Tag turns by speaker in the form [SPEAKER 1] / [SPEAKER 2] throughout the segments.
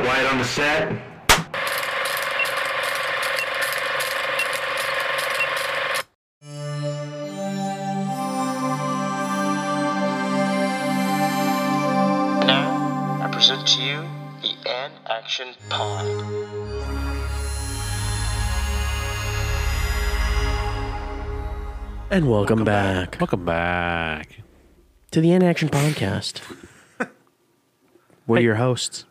[SPEAKER 1] Wyatt on the set.
[SPEAKER 2] Now, I present to you the An Action Pod.
[SPEAKER 3] And welcome, back,
[SPEAKER 4] Welcome back.
[SPEAKER 3] to the In Action Podcast. We're your hosts,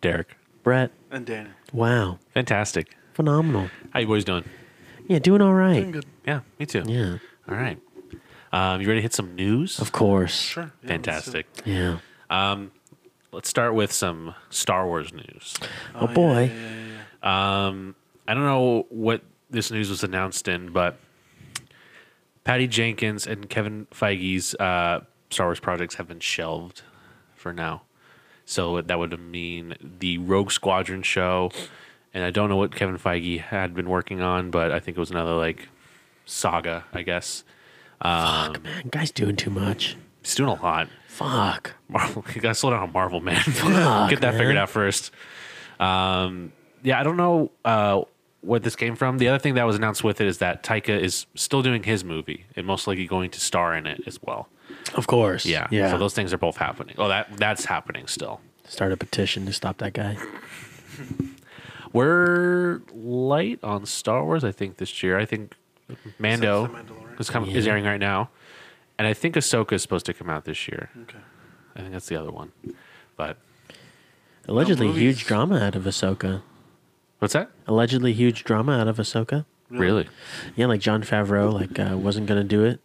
[SPEAKER 4] Derek.
[SPEAKER 3] Brett.
[SPEAKER 5] And Dana.
[SPEAKER 3] Wow,
[SPEAKER 4] Fantastic.
[SPEAKER 3] phenomenal.
[SPEAKER 4] How you boys doing?
[SPEAKER 3] Yeah, doing all right.
[SPEAKER 4] Yeah, me too.
[SPEAKER 3] Yeah,
[SPEAKER 4] All right. Um, you ready to hit some news?
[SPEAKER 3] of course.
[SPEAKER 5] Sure. yeah,
[SPEAKER 4] Fantastic.
[SPEAKER 3] Yeah.
[SPEAKER 4] Let's start with some Star Wars news.
[SPEAKER 3] Oh, boy.
[SPEAKER 4] I don't know what this news was announced in, but Patty Jenkins and Kevin Feige's uh, Star Wars projects have been shelved for now. So that would mean the Rogue Squadron show, and I don't know what Kevin Feige had been working on, but I think it was another like saga, I guess.
[SPEAKER 3] Fuck, man. Guy's doing too much.
[SPEAKER 4] He's doing a lot.
[SPEAKER 3] Fuck.
[SPEAKER 4] Marvel, you gotta slow down on Marvel, man.
[SPEAKER 3] Fuck,
[SPEAKER 4] Get that
[SPEAKER 3] man.
[SPEAKER 4] figured out first. Um, yeah, I don't know uh, what this came from. The other thing that was announced with it is that Taika is still doing his movie and most likely going to star in it as well.
[SPEAKER 3] Of course.
[SPEAKER 4] Yeah,
[SPEAKER 3] Yeah.
[SPEAKER 4] So those things are both happening. Oh, that that's happening still.
[SPEAKER 3] Start a petition to stop that guy.
[SPEAKER 4] We're light on Star Wars, I think this year. I think Mando
[SPEAKER 5] Except for The Mandalorian.
[SPEAKER 4] is coming is airing right now, and I think Ahsoka is supposed to come out this year.
[SPEAKER 5] Okay.
[SPEAKER 4] I think that's the other one. But
[SPEAKER 3] Allegedly,
[SPEAKER 5] movies.
[SPEAKER 3] huge drama out of Ahsoka.
[SPEAKER 4] what's that?
[SPEAKER 3] Allegedly, huge drama out of Ahsoka.
[SPEAKER 4] Really?
[SPEAKER 3] Yeah, like John Favreau, like uh, wasn't gonna do it.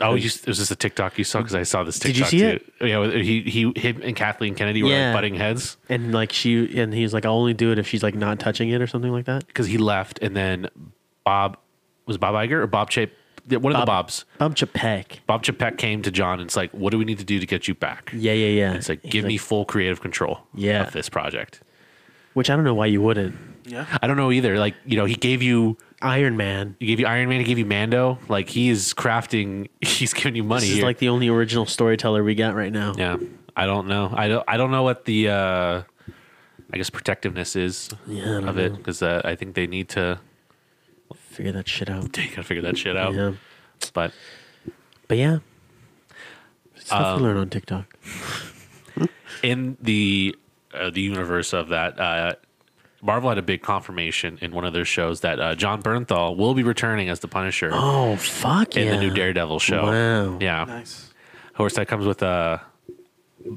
[SPEAKER 4] Oh, you, it was this a TikTok you saw? Because I saw this
[SPEAKER 3] Did
[SPEAKER 4] TikTok.
[SPEAKER 3] you see it?
[SPEAKER 4] too. Yeah, he, he, him and Kathleen Kennedy were
[SPEAKER 3] Yeah.
[SPEAKER 4] like butting heads
[SPEAKER 3] And like she, and he's like, I'll only do it if she's like not touching it or something like that.
[SPEAKER 4] because he left, and then Bob was it Bob Iger or Bob Chap. yeah, One of the
[SPEAKER 3] Bob-
[SPEAKER 4] Bobs,
[SPEAKER 3] Bump Chapek.
[SPEAKER 4] Bob Chapek, came to John and it's like, "What do we need to do to get you back?"
[SPEAKER 3] Yeah, yeah, yeah.
[SPEAKER 4] It's like,
[SPEAKER 3] He's
[SPEAKER 4] "Give me full creative control
[SPEAKER 3] Yeah.
[SPEAKER 4] of this project."
[SPEAKER 3] Which I don't know why you wouldn't.
[SPEAKER 5] Yeah.
[SPEAKER 4] I don't know either. Like, you know, he gave you,
[SPEAKER 3] Iron Man.
[SPEAKER 4] he gave you Iron Man, he gave you Mando. Like, he is crafting. He's giving you money
[SPEAKER 3] This is
[SPEAKER 4] here.
[SPEAKER 3] like the only original storyteller we got right now.
[SPEAKER 4] yeah, I don't know. I don't. I don't know what the, uh I guess, protectiveness is
[SPEAKER 3] Yeah, I don't
[SPEAKER 4] of it because uh, I think they need to
[SPEAKER 3] Figure that shit out.
[SPEAKER 4] they gotta figure that shit out.
[SPEAKER 3] Yeah.
[SPEAKER 4] But
[SPEAKER 3] But yeah. Stuff
[SPEAKER 4] Um,
[SPEAKER 3] you learn on TikTok.
[SPEAKER 4] in the uh, the universe of that, uh, Marvel had a big confirmation in one of their shows that uh, John Bernthal will be returning as the Punisher
[SPEAKER 3] Oh fuck
[SPEAKER 4] in
[SPEAKER 3] yeah.
[SPEAKER 4] the new Daredevil show.
[SPEAKER 3] Wow.
[SPEAKER 4] Yeah.
[SPEAKER 5] Nice.
[SPEAKER 4] Of course, that comes with Uh,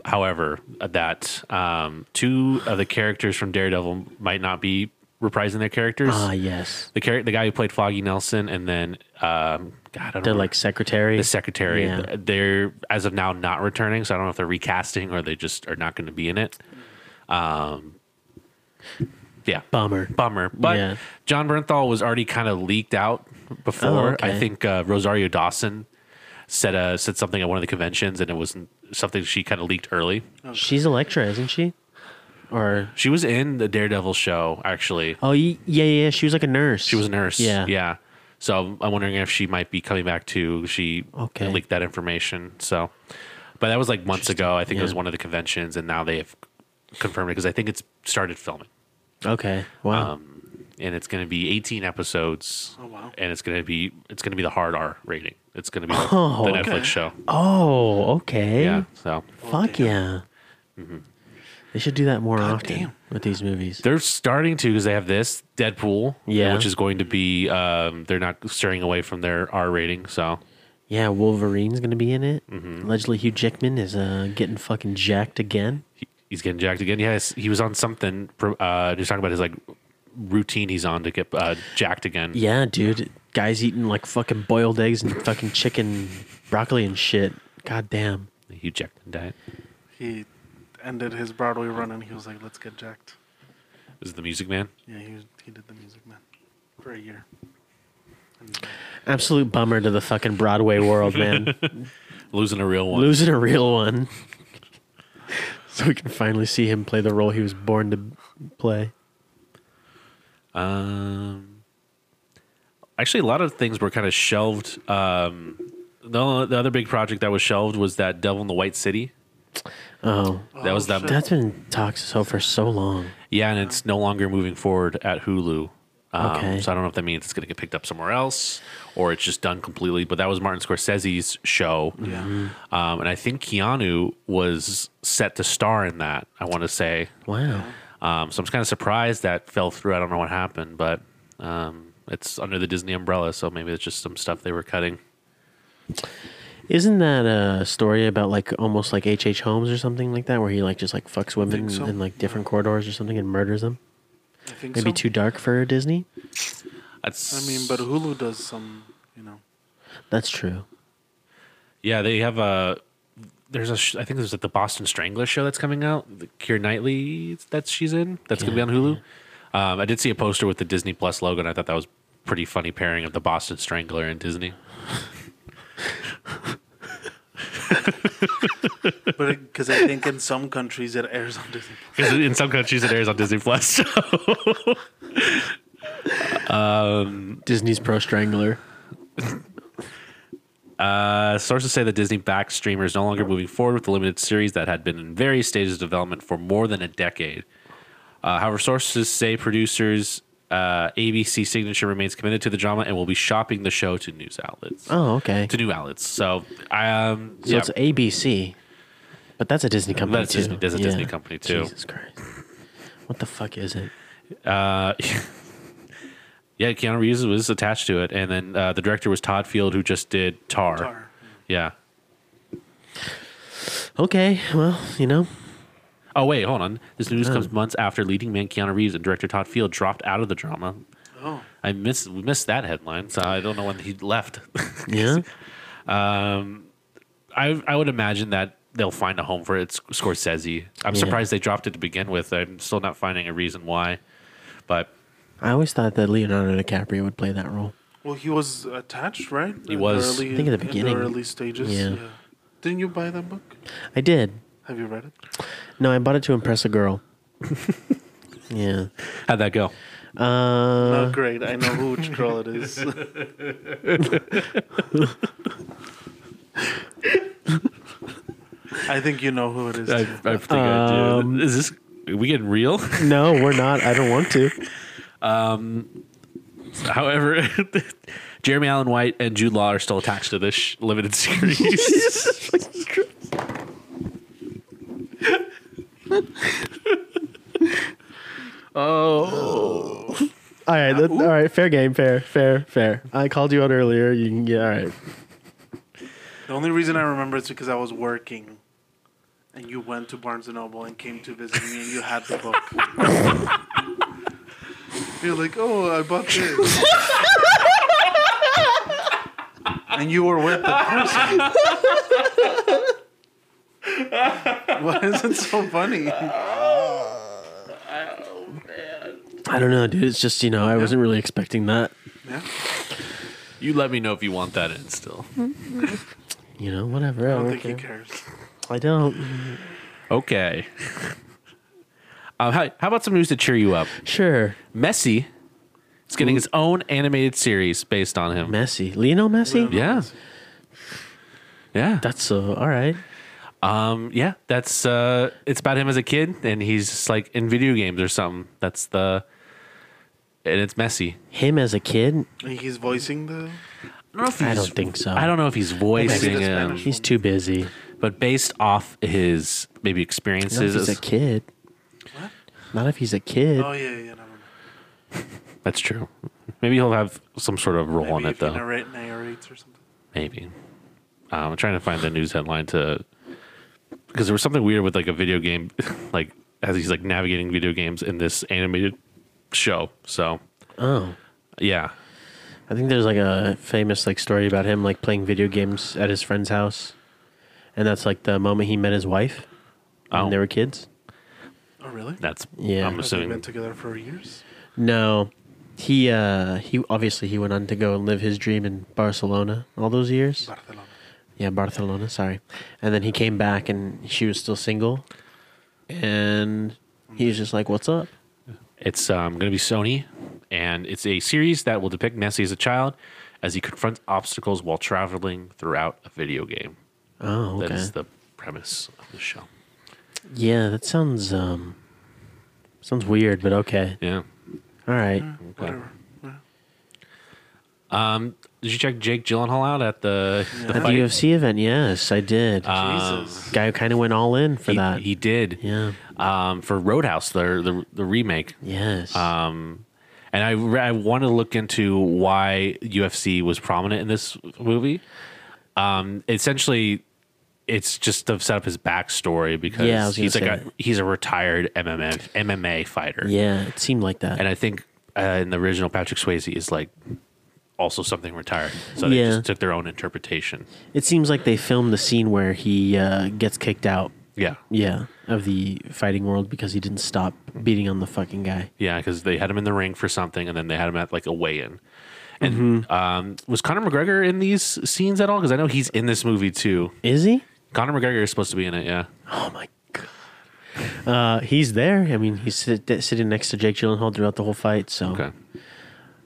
[SPEAKER 4] however, that um, two of the characters from Daredevil might not be reprising their characters.
[SPEAKER 3] Ah yes.
[SPEAKER 4] the character, the guy who played Foggy Nelson, and then um, God, I don't
[SPEAKER 3] They're
[SPEAKER 4] know.
[SPEAKER 3] like secretary.
[SPEAKER 4] the secretary
[SPEAKER 3] Yeah.
[SPEAKER 4] th- they're as of now not returning so i don't know if they're recasting or they just are not going to be in it um yeah
[SPEAKER 3] Bummer.
[SPEAKER 4] bummer but
[SPEAKER 3] Yeah.
[SPEAKER 4] john bernthal was already kind of leaked out before
[SPEAKER 3] Oh, okay.
[SPEAKER 4] i think uh, rosario dawson said uh said something at one of the conventions and it was something she kind of leaked early
[SPEAKER 3] She's Electra, isn't she? Or
[SPEAKER 4] she was in the daredevil show actually
[SPEAKER 3] oh y- yeah yeah yeah, she was like a nurse.
[SPEAKER 4] she was a nurse
[SPEAKER 3] Yeah.
[SPEAKER 4] yeah so i'm wondering if she might be coming back too she
[SPEAKER 3] Okay.
[SPEAKER 4] leaked that information so but that was like months ago i think it was
[SPEAKER 3] Yeah.
[SPEAKER 4] one of the conventions and now they have confirmed it because i think it's started filming
[SPEAKER 3] Okay. Wow.
[SPEAKER 4] um, and it's going to be 18 episodes
[SPEAKER 5] Oh, wow.
[SPEAKER 4] and it's going to be it's going to be the hard r rating it's going to be the,
[SPEAKER 3] Oh,
[SPEAKER 4] the
[SPEAKER 3] okay.
[SPEAKER 4] netflix show
[SPEAKER 3] oh, okay.
[SPEAKER 4] yeah Mm-hmm. so
[SPEAKER 3] Fuck
[SPEAKER 5] damn.
[SPEAKER 3] yeah. They should do that more often
[SPEAKER 5] damn.
[SPEAKER 3] with these movies.
[SPEAKER 4] they're starting to because they have this deadpool
[SPEAKER 3] Yeah.
[SPEAKER 4] which is going to be um, they're not steering away from their r rating so
[SPEAKER 3] Yeah, Wolverine's gonna be in it. Allegedly, Hugh Jackman is uh, getting fucking jacked again.
[SPEAKER 4] he- he's getting jacked again. Yes, he was on something. pro- Uh, just talking about his like routine he's on to get uh, jacked again.
[SPEAKER 3] Yeah, dude, guys eating like fucking boiled eggs and fucking chicken, broccoli and shit. God damn.
[SPEAKER 4] Hugh Jackman diet.
[SPEAKER 5] He ended his Broadway run and he was like, let's get jacked.
[SPEAKER 4] Is it the Music Man?
[SPEAKER 5] Yeah, he, was- he did the music, man. For a year.
[SPEAKER 3] Absolute bummer to the fucking Broadway world, man.
[SPEAKER 4] Losing a real one.
[SPEAKER 3] Losing a real one. so we can finally see him play the role he was born to play.
[SPEAKER 4] Um, actually, a lot of things were kind of shelved. Um, the, the other big project that was shelved was that Devil in the White City.
[SPEAKER 3] Oh,
[SPEAKER 4] That was
[SPEAKER 5] Oh,
[SPEAKER 4] them.
[SPEAKER 5] shit.
[SPEAKER 3] that's been in talks so for so long.
[SPEAKER 4] Yeah, and it's no longer moving forward at Hulu. Um,
[SPEAKER 3] Okay.
[SPEAKER 4] So I don't know if that means it's going to get picked up somewhere else or it's just done completely. But that was Martin Scorsese's show.
[SPEAKER 5] Yeah.
[SPEAKER 3] Mm-hmm.
[SPEAKER 4] Um, and I think Keanu was set to star in that, I want to say.
[SPEAKER 3] Wow.
[SPEAKER 4] Um, so I'm just kind of surprised that fell through. I don't know what happened, but um, it's under the Disney umbrella. So maybe it's just some stuff they were cutting.
[SPEAKER 3] Isn't that a story about like almost like H.H. H. Holmes or something like that, where he like just like fucks women
[SPEAKER 5] think so.
[SPEAKER 3] in like different corridors or something and murders them?
[SPEAKER 5] I think
[SPEAKER 3] Maybe
[SPEAKER 5] so.
[SPEAKER 3] too dark for Disney.
[SPEAKER 4] That's,
[SPEAKER 5] I mean, but Hulu does some, you know.
[SPEAKER 3] That's true.
[SPEAKER 4] Yeah, they have a. There's a. sh- I think there's like the Boston Strangler show that's coming out. The Keira Knightley that she's in. That's gonna be on Hulu. Um, I did see a poster with the Disney Plus logo, and I thought that was pretty funny pairing of the Boston Strangler and Disney.
[SPEAKER 5] But because I think in some countries it airs on Disney.
[SPEAKER 4] Because in some countries it airs on Disney Plus.
[SPEAKER 3] Disney's pro strangler.
[SPEAKER 4] Uh, sources say the Disney backed streamer is no longer moving forward with the limited series that had been in various stages of development for more than a decade. Uh, however, sources say producers uh, ABC Signature remains committed to the drama and will be shopping the show to news outlets.
[SPEAKER 3] Oh, okay.
[SPEAKER 4] To new outlets. So, um,
[SPEAKER 3] So
[SPEAKER 4] yeah,
[SPEAKER 3] it's ABC, but that's a Disney company
[SPEAKER 4] That's
[SPEAKER 3] too.
[SPEAKER 4] Disney- that's a Disney company, too.
[SPEAKER 3] Jesus Christ! What the fuck is it?
[SPEAKER 4] uh, yeah, Keanu Reeves was attached to it, and then uh, the director was Todd Field, who just did Tar.
[SPEAKER 5] Tar.
[SPEAKER 4] Yeah.
[SPEAKER 3] Okay, well, you know,
[SPEAKER 4] Oh wait, hold on. This news comes months after leading man Keanu Reeves and director Todd Field dropped out of the drama.
[SPEAKER 5] Oh,
[SPEAKER 4] I miss we missed that headline, so I don't know when he left.
[SPEAKER 3] yeah.
[SPEAKER 4] I I would imagine that they'll find a home for it. It's Scorsese. I'm
[SPEAKER 3] Yeah.
[SPEAKER 4] surprised they dropped it to begin with. I'm still not finding a reason why, but
[SPEAKER 3] I always thought that Leonardo DiCaprio would play that role.
[SPEAKER 5] well, he was attached, right? He
[SPEAKER 4] was.
[SPEAKER 5] Early,
[SPEAKER 3] I think at the beginning.
[SPEAKER 5] In the early stages.
[SPEAKER 3] Yeah.
[SPEAKER 5] Yeah. Didn't you buy that book?
[SPEAKER 3] I did.
[SPEAKER 5] Have you read it?
[SPEAKER 3] No, I bought it to impress a girl. yeah.
[SPEAKER 4] how'd that go?
[SPEAKER 3] Uh,
[SPEAKER 5] Not great. I know who which girl it is. I think you know who it is.
[SPEAKER 4] I,
[SPEAKER 5] too.
[SPEAKER 4] I think I do. Is this are we getting real?
[SPEAKER 3] no, we're not. I don't want to.
[SPEAKER 4] However, Jeremy Allen White and Jude Law are still attached to this sh- limited series.
[SPEAKER 3] All right, that, all right. Fair game. Fair, fair, fair. I called you out earlier. You can get all right.
[SPEAKER 5] The only reason I remember is because I was working, and you went to Barnes and Noble and came to visit me, and you had the book. You're like, oh, I bought this. and you were with the person. Why is it so funny?
[SPEAKER 3] I don't know, dude. It's just you know, I wasn't really expecting that.
[SPEAKER 5] Yeah.
[SPEAKER 4] you let me know if you want that in still.
[SPEAKER 3] You know, whatever.
[SPEAKER 5] I
[SPEAKER 3] I
[SPEAKER 5] don't
[SPEAKER 3] don't,
[SPEAKER 5] think he
[SPEAKER 3] care.
[SPEAKER 5] cares.
[SPEAKER 3] I don't.
[SPEAKER 4] Okay. um, how, how about some news to cheer you up?
[SPEAKER 3] Sure.
[SPEAKER 4] Messi is getting his own animated series based on him.
[SPEAKER 3] Messi, Lionel Messi.
[SPEAKER 4] Yeah. Yeah.
[SPEAKER 3] That's so. All right.
[SPEAKER 4] Um, yeah. That's uh it's about him as a kid and he's just like in video games or something. That's the and it's Messi.
[SPEAKER 3] Him as a kid,
[SPEAKER 5] And He's voicing the.
[SPEAKER 4] I don't, know if
[SPEAKER 3] I don't think so.
[SPEAKER 4] I don't know if he's voicing
[SPEAKER 5] the
[SPEAKER 4] him,
[SPEAKER 5] Spanish.
[SPEAKER 3] he's too busy.
[SPEAKER 4] but based off his maybe
[SPEAKER 3] Not if
[SPEAKER 4] experiences.
[SPEAKER 3] he's a kid. Not if he's a kid.
[SPEAKER 5] Oh yeah, yeah, never mind.
[SPEAKER 4] That's true. Maybe he'll have some sort of role
[SPEAKER 5] Maybe
[SPEAKER 4] in it
[SPEAKER 5] if he
[SPEAKER 4] though.
[SPEAKER 5] narrate- narrates or something.
[SPEAKER 4] Maybe. Um, I'm trying to find the news headline to because there was something weird with like a video game, like as he's like navigating video games in this animated show. So
[SPEAKER 3] Oh.
[SPEAKER 4] yeah,
[SPEAKER 3] I think there's like a famous like story about him like playing video games at his friend's house, and that's like the moment he met his wife,
[SPEAKER 4] Oh.
[SPEAKER 3] when they were kids.
[SPEAKER 5] Oh really?
[SPEAKER 4] that's
[SPEAKER 3] Yeah.
[SPEAKER 4] yeah. I'm
[SPEAKER 5] Have they been
[SPEAKER 4] assuming
[SPEAKER 5] together for years?
[SPEAKER 3] No, he uh he obviously he went on to go and live his dream in Barcelona all those years.
[SPEAKER 5] Barcelona.
[SPEAKER 3] Yeah, Barcelona. Sorry, and then he came back and she was still single, and he was just like, "What's up?"
[SPEAKER 4] it's um, going to be Sony, and it's a series that will depict Messi as a child as he confronts obstacles while traveling throughout a video game.
[SPEAKER 3] Oh,
[SPEAKER 4] That
[SPEAKER 3] okay.
[SPEAKER 4] is the premise of the show.
[SPEAKER 3] Yeah, that sounds um sounds weird, but okay.
[SPEAKER 4] Yeah.
[SPEAKER 3] All right.
[SPEAKER 5] Whatever.
[SPEAKER 4] Um, did you check Jake Gyllenhaal out at the, the
[SPEAKER 3] At the
[SPEAKER 4] fight?
[SPEAKER 3] UFC event, yes, I did.
[SPEAKER 5] Jesus.
[SPEAKER 3] Guy who kind of went all in for
[SPEAKER 4] Um, he,
[SPEAKER 3] that.
[SPEAKER 4] he did.
[SPEAKER 3] yeah.
[SPEAKER 4] Um, for Roadhouse, the the, the remake.
[SPEAKER 3] Yes.
[SPEAKER 4] Um, and I re- I want to look into why UFC was prominent in this movie. Um, essentially, it's just to set up his backstory because
[SPEAKER 3] Yeah, I was gonna
[SPEAKER 4] he's like
[SPEAKER 3] say
[SPEAKER 4] a,
[SPEAKER 3] that.
[SPEAKER 4] he's a retired MMA MMA fighter.
[SPEAKER 3] yeah, it seemed like that.
[SPEAKER 4] and I think uh, in the original Patrick Swayze is like also something retired, so they
[SPEAKER 3] Yeah.
[SPEAKER 4] just took their own interpretation.
[SPEAKER 3] it seems like they filmed the scene where he uh, gets kicked out.
[SPEAKER 4] Yeah,
[SPEAKER 3] Yeah, of the fighting world because he didn't stop beating on the fucking guy.
[SPEAKER 4] yeah, because they had him in the ring for something, and then they had him at like a weigh-in. And
[SPEAKER 5] Mm-hmm.
[SPEAKER 4] um, was Conor McGregor in these scenes at all? Because I know he's in this movie too.
[SPEAKER 3] Is he?
[SPEAKER 4] Conor McGregor is supposed to be in it. Yeah,
[SPEAKER 3] Oh my god. Uh, he's there. I mean, he's sit, sitting next to Jake Gyllenhaal throughout the whole fight. So,
[SPEAKER 4] okay.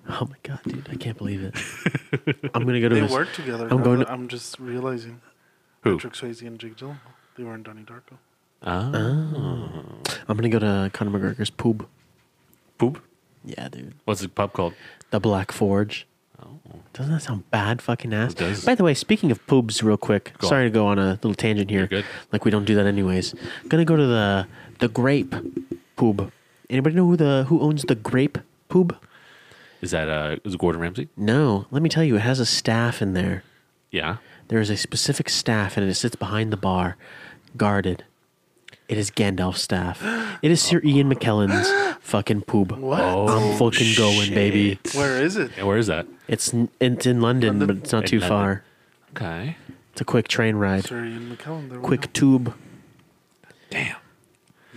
[SPEAKER 3] oh my god, dude, I can't believe it. I'm gonna go to
[SPEAKER 5] They
[SPEAKER 3] this.
[SPEAKER 5] work together.
[SPEAKER 3] I'm
[SPEAKER 5] I'm,
[SPEAKER 3] going to-
[SPEAKER 5] I'm just realizing.
[SPEAKER 4] Who?
[SPEAKER 5] Patrick Swayze and Jake Gyllenhaal. They were in Donnie Darko.
[SPEAKER 4] Uh,
[SPEAKER 3] I'm gonna go to Conor McGregor's pub.
[SPEAKER 4] Poop.
[SPEAKER 3] Yeah, dude,
[SPEAKER 4] What's the pub called?
[SPEAKER 3] the Black Forge. Doesn't that sound bad, fucking ass?
[SPEAKER 4] Oh. It does.
[SPEAKER 3] By the way, speaking of poobs, real quick.
[SPEAKER 4] Go
[SPEAKER 3] sorry
[SPEAKER 4] on.
[SPEAKER 3] to go on a little tangent here.
[SPEAKER 4] You're good.
[SPEAKER 3] Like we don't do that anyways. Gonna go to the the grape poob. Anybody know who the who owns the grape poob?
[SPEAKER 4] Is that uh? Is it Gordon Ramsay?
[SPEAKER 3] No. Let me tell you, it has a staff in there.
[SPEAKER 4] Yeah.
[SPEAKER 3] There is a specific staff, and it sits behind the bar, guarded. It is Gandalf's staff. It is Sir Ian McKellen's fucking poob.
[SPEAKER 5] What?
[SPEAKER 3] I'm fucking
[SPEAKER 4] Oh,
[SPEAKER 3] going, baby.
[SPEAKER 5] Where is it?
[SPEAKER 4] Yeah, where is that?
[SPEAKER 3] It's n- it's in London,
[SPEAKER 5] London?
[SPEAKER 3] but it's not
[SPEAKER 4] In
[SPEAKER 3] too
[SPEAKER 4] London.
[SPEAKER 3] far.
[SPEAKER 4] Okay.
[SPEAKER 3] It's a quick train ride,
[SPEAKER 5] Sir Ian McKellen. There we
[SPEAKER 3] quick tube.
[SPEAKER 4] Damn.
[SPEAKER 5] go.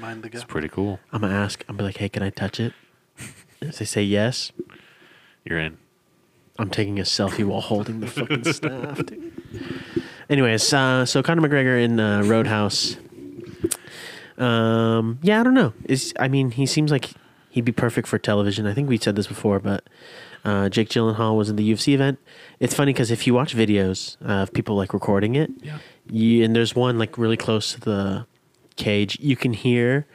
[SPEAKER 5] Mind the
[SPEAKER 4] It's
[SPEAKER 5] gap.
[SPEAKER 4] pretty cool.
[SPEAKER 3] I'm gonna ask. I'm be like, hey, can I touch it? If they say yes,
[SPEAKER 4] You're in.
[SPEAKER 3] I'm taking a selfie while holding the fucking staff, dude. Anyways, uh, so Conor McGregor in uh, Roadhouse. Um, yeah, I don't know. Is I mean, he seems like he'd be perfect for television. I think we said this before, but uh, Jake Gyllenhaal was in the UFC event. It's funny because if you watch videos uh, of people like recording it,
[SPEAKER 4] Yeah.
[SPEAKER 3] you, and there's one like really close to the cage, you can hear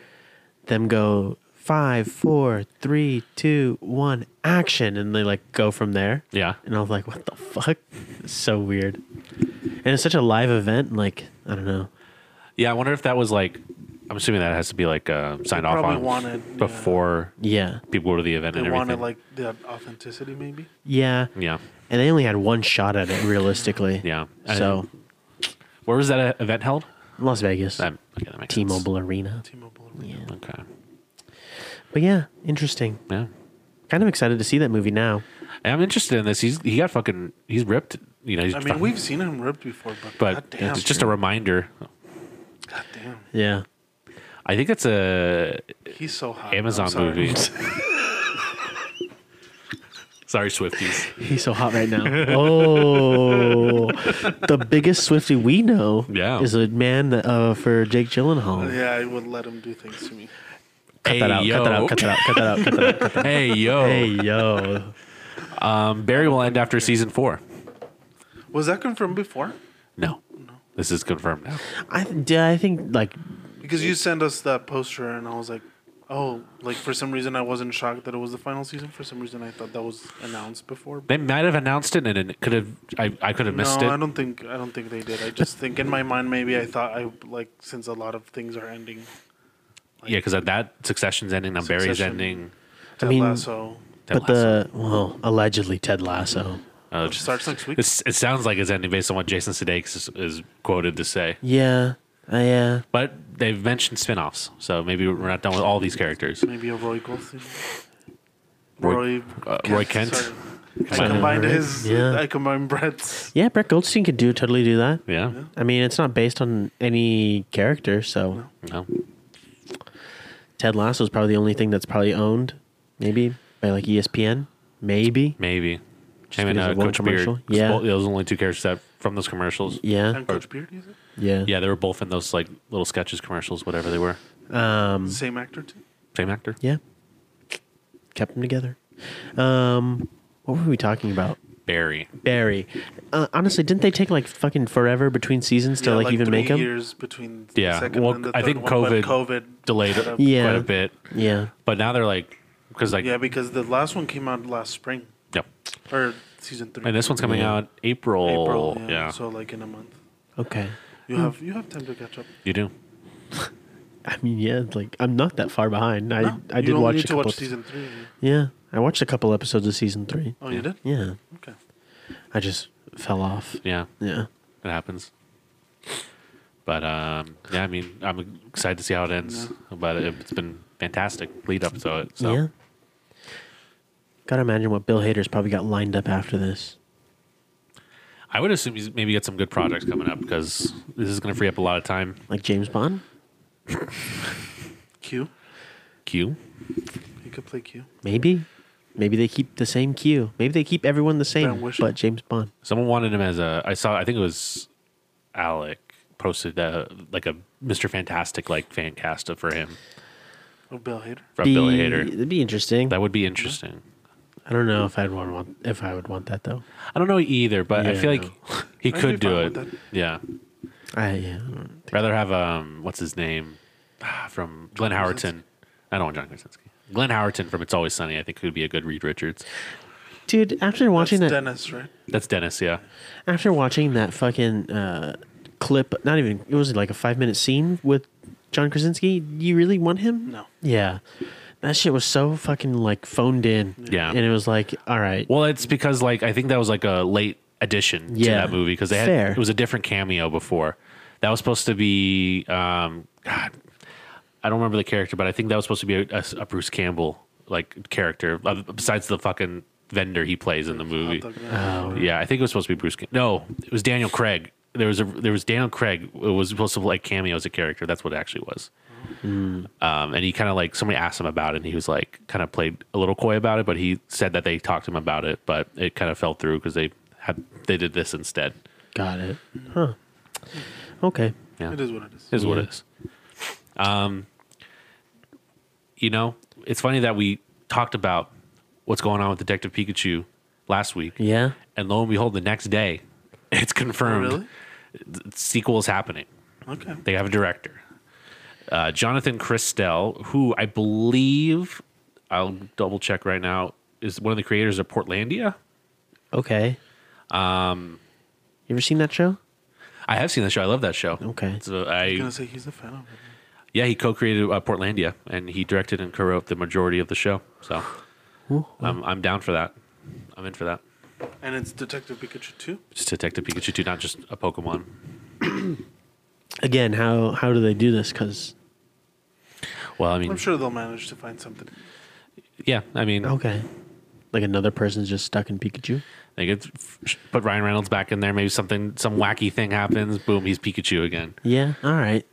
[SPEAKER 3] them go five, four, three, two, one, action, and they like go from there.
[SPEAKER 4] Yeah.
[SPEAKER 3] And I was like, what the fuck? It's so weird. And it's such a live event. Like, I don't know.
[SPEAKER 4] Yeah, I wonder if that was like. I'm assuming that has to be like uh, signed off
[SPEAKER 5] probably
[SPEAKER 4] on
[SPEAKER 5] wanted, yeah.
[SPEAKER 4] before
[SPEAKER 3] Yeah.
[SPEAKER 4] people go to the event
[SPEAKER 5] They
[SPEAKER 4] and everything.
[SPEAKER 5] wanted like the authenticity, maybe.
[SPEAKER 3] Yeah.
[SPEAKER 4] yeah,
[SPEAKER 3] And they only had one shot at it, realistically.
[SPEAKER 4] yeah. And
[SPEAKER 3] So,
[SPEAKER 4] where was that uh, event held?
[SPEAKER 3] Las Vegas,
[SPEAKER 4] That, okay, that makes
[SPEAKER 3] T
[SPEAKER 4] sense.
[SPEAKER 3] Mobile Arena.
[SPEAKER 5] T-Mobile.
[SPEAKER 4] Okay.
[SPEAKER 3] But yeah, interesting.
[SPEAKER 4] Yeah.
[SPEAKER 3] Kind of excited to see that movie now.
[SPEAKER 4] And I'm interested in this. He's he got fucking he's ripped. You know, he's
[SPEAKER 5] I mean,
[SPEAKER 4] fucking-
[SPEAKER 5] we've seen him ripped before, but,
[SPEAKER 4] but
[SPEAKER 5] goddamn,
[SPEAKER 4] it's just a reminder.
[SPEAKER 5] goddamn,
[SPEAKER 3] Yeah.
[SPEAKER 4] I think it's a
[SPEAKER 5] he's so hot.
[SPEAKER 4] Amazon movie. Sorry, Swifties.
[SPEAKER 3] He's so hot right now. Oh, the biggest Swifty we know
[SPEAKER 4] Yeah.
[SPEAKER 3] is a man that, uh, for Jake Gyllenhaal.
[SPEAKER 5] Yeah, I would let him do things to me.
[SPEAKER 3] Cut that out. Cut that out. Cut that out. Cut that out. Cut that out. Cut that out.
[SPEAKER 4] Hey yo,
[SPEAKER 3] Hey yo,
[SPEAKER 4] Um, Barry will end after season four.
[SPEAKER 5] Was that confirmed before?
[SPEAKER 4] No, this is confirmed now.
[SPEAKER 3] I th- I think like
[SPEAKER 5] Because you sent us that poster, and I was like, oh, like for some reason I wasn't shocked that it was the final season. For some reason I thought that was announced before.
[SPEAKER 4] They might have announced it, and it could have. I, I could have missed
[SPEAKER 5] no,
[SPEAKER 4] it.
[SPEAKER 5] I don't think I don't think they did. I just think in my mind maybe I thought I like since a lot of things are ending.
[SPEAKER 4] yeah, because that Succession's ending, now Barry's
[SPEAKER 5] Succession.
[SPEAKER 4] ending.
[SPEAKER 5] Ted
[SPEAKER 3] mean-
[SPEAKER 5] Lasso
[SPEAKER 4] Ted
[SPEAKER 3] but the well allegedly Ted Lasso.
[SPEAKER 4] Uh,
[SPEAKER 5] which starts next week.
[SPEAKER 4] it's, it sounds like it's ending based on what Jason Sudeikis is, is quoted to say.
[SPEAKER 3] Yeah, uh, yeah.
[SPEAKER 4] But they've mentioned spin-offs, so maybe we're not done with all these characters.
[SPEAKER 5] Maybe a Roy Goldstein.
[SPEAKER 4] Roy-
[SPEAKER 5] Roy,
[SPEAKER 4] uh, Roy Kent.
[SPEAKER 5] sorry. I
[SPEAKER 4] on.
[SPEAKER 5] combined his.
[SPEAKER 3] Yeah.
[SPEAKER 5] I combined Brett's.
[SPEAKER 3] Yeah, Brett Goldstein could do totally do that.
[SPEAKER 4] Yeah.
[SPEAKER 3] I mean, it's not based on any character, so
[SPEAKER 4] No.
[SPEAKER 3] Ted Lasso is probably the only thing that's probably owned, maybe by like E ESPN, maybe.
[SPEAKER 4] Maybe. Him and
[SPEAKER 3] because
[SPEAKER 4] uh,
[SPEAKER 3] of one
[SPEAKER 4] Coach Beard.
[SPEAKER 3] commercial?
[SPEAKER 4] 'cause
[SPEAKER 3] Yeah.
[SPEAKER 4] both- Those are the only two characters that from those commercials.
[SPEAKER 3] Yeah,
[SPEAKER 5] And Coach Beard, is it?
[SPEAKER 3] yeah,
[SPEAKER 4] Yeah, they were both in those like little sketches, commercials, whatever they were. Mm-hmm.
[SPEAKER 3] Um,
[SPEAKER 5] Same actor too.
[SPEAKER 4] Same actor.
[SPEAKER 3] yeah. Kept them together. Um, what were we talking about?
[SPEAKER 4] Barry.
[SPEAKER 3] Barry. Uh, honestly, didn't they take like fucking forever between seasons to
[SPEAKER 5] Yeah,
[SPEAKER 3] like, even
[SPEAKER 5] three
[SPEAKER 3] make them?
[SPEAKER 5] years between the
[SPEAKER 4] Yeah,
[SPEAKER 5] second
[SPEAKER 4] well,
[SPEAKER 5] and the
[SPEAKER 4] I
[SPEAKER 5] third
[SPEAKER 4] think
[SPEAKER 5] one,
[SPEAKER 4] COVID
[SPEAKER 5] but COVID
[SPEAKER 4] Delayed
[SPEAKER 5] set up-
[SPEAKER 3] Yeah.
[SPEAKER 4] quite a bit,
[SPEAKER 3] Yeah.
[SPEAKER 4] but now they're like because like
[SPEAKER 5] yeah, because the last one came out last spring
[SPEAKER 4] yep.
[SPEAKER 5] or season three.
[SPEAKER 4] And this one's coming
[SPEAKER 3] Yeah.
[SPEAKER 4] out April.
[SPEAKER 5] April,
[SPEAKER 4] yeah, Hmm.
[SPEAKER 5] yeah, So like in a month,
[SPEAKER 3] Okay.
[SPEAKER 5] you have you have time to catch up.
[SPEAKER 4] you do.
[SPEAKER 3] I mean, yeah, like I'm not that far behind. I
[SPEAKER 5] No,
[SPEAKER 3] I
[SPEAKER 5] you
[SPEAKER 3] did
[SPEAKER 5] only
[SPEAKER 3] watch
[SPEAKER 5] need
[SPEAKER 3] a
[SPEAKER 5] to
[SPEAKER 3] couple.
[SPEAKER 5] watch
[SPEAKER 3] episodes.
[SPEAKER 5] season three.
[SPEAKER 3] yeah, I watched a couple episodes of season three.
[SPEAKER 5] Oh, you did?
[SPEAKER 3] Yeah,
[SPEAKER 5] Okay.
[SPEAKER 3] I just fell off.
[SPEAKER 4] Yeah,
[SPEAKER 3] Yeah.
[SPEAKER 4] it happens. But um, yeah, I mean, I'm excited to see how it ends. But it, it's been fantastic lead up to it. So
[SPEAKER 3] Yeah. Gotta imagine what Bill Hader's probably got lined up after this.
[SPEAKER 4] I would assume he's maybe got some good projects coming up because this is going to free up a lot of time.
[SPEAKER 3] Like James Bond?
[SPEAKER 5] Q.
[SPEAKER 4] Q.
[SPEAKER 5] You could play Q.
[SPEAKER 3] Maybe. Maybe they keep the same queue. Maybe they keep everyone the
[SPEAKER 5] Ben
[SPEAKER 3] same,
[SPEAKER 5] Whishaw.
[SPEAKER 3] but James Bond.
[SPEAKER 4] Someone wanted him as a. I saw. I think it was Alec posted a, like a Mr. Fantastic like fan cast for him
[SPEAKER 5] Oh, Bill Hader.
[SPEAKER 4] from
[SPEAKER 3] Be-
[SPEAKER 4] Bill Hader.
[SPEAKER 3] It'd be interesting.
[SPEAKER 4] That would be interesting.
[SPEAKER 3] I don't know if I'd want, want if I would want that though.
[SPEAKER 4] I don't know either, but I
[SPEAKER 3] Yeah,
[SPEAKER 4] feel
[SPEAKER 3] I
[SPEAKER 4] like he
[SPEAKER 5] I'd
[SPEAKER 4] could do
[SPEAKER 5] be fine
[SPEAKER 4] it.
[SPEAKER 5] with that.
[SPEAKER 4] Yeah,
[SPEAKER 3] I uh, yeah.
[SPEAKER 4] rather have um, what's his name Ah, from Glenn Howerton. I don't want John Krasinski. Glenn Howerton from It's Always Sunny. I think could be a good Reed Richards.
[SPEAKER 3] Dude, after watching
[SPEAKER 5] That's
[SPEAKER 3] that
[SPEAKER 5] Dennis, right?
[SPEAKER 4] That's Dennis. Yeah,
[SPEAKER 3] after watching that fucking uh, clip, not even it was like a five minute scene with John Krasinski. You really want him?
[SPEAKER 5] No.
[SPEAKER 3] Yeah, that shit was so fucking like phoned in.
[SPEAKER 4] Yeah.
[SPEAKER 3] and it was like, all right,
[SPEAKER 4] Well, it's because like I think that was like a late addition to
[SPEAKER 3] Yeah.
[SPEAKER 4] that movie because they had
[SPEAKER 3] Fair.
[SPEAKER 4] it was a different cameo before. That was supposed to be um, God, I don't remember the character, but I think that was supposed to be a, a- a Bruce Campbell like character uh, besides the fucking vendor he plays in the movie.
[SPEAKER 5] Hot dog man.
[SPEAKER 4] Oh, Yeah, I think it was supposed to be Bruce. Cam- no, it was Daniel Craig. There was a there was Daniel Craig. It was supposed to like cameo as a character. That's what it actually was.
[SPEAKER 5] Hmm.
[SPEAKER 4] Um, and he kind of like somebody asked him about it, and he was like kind of played a little coy about it, but he said that they talked to him about it, but it kind of fell through because they had they did this instead.
[SPEAKER 3] got it, huh? Okay,
[SPEAKER 4] Yeah,
[SPEAKER 5] It is what it is.
[SPEAKER 4] is what
[SPEAKER 3] Yeah.
[SPEAKER 4] it is. Um, you know, it's funny that we talked about what's going on with Detective Pikachu last week,
[SPEAKER 3] yeah,
[SPEAKER 4] and lo and behold, the next day, it's confirmed.
[SPEAKER 5] Oh, Really?
[SPEAKER 4] sequel is happening.
[SPEAKER 5] Okay.
[SPEAKER 4] They have a director, uh, Jonathan Christel, who I believe I'll double check right now is one of the creators of Portlandia.
[SPEAKER 3] okay. Um, you ever seen that show?
[SPEAKER 4] I have seen that show. I love that show.
[SPEAKER 3] Okay.
[SPEAKER 4] so
[SPEAKER 5] I'm
[SPEAKER 4] I
[SPEAKER 5] gonna say he's a fan of it.
[SPEAKER 4] yeah, he co-created uh, Portlandia, and he directed and co-wrote the majority of the show. So I'm I'm down for that. I'm in for that.
[SPEAKER 5] And it's Detective Pikachu too.
[SPEAKER 4] It's Detective Pikachu 2, not just a Pokemon.
[SPEAKER 3] Again, how how do they do this? Because
[SPEAKER 4] Well, I mean,
[SPEAKER 5] I'm sure they'll manage to find something.
[SPEAKER 4] yeah, I mean,
[SPEAKER 3] okay, like another person's just stuck in Pikachu.
[SPEAKER 4] They could f- put Ryan Reynolds back in there. Maybe something, some wacky thing happens. Boom, he's Pikachu again.
[SPEAKER 3] Yeah, all right.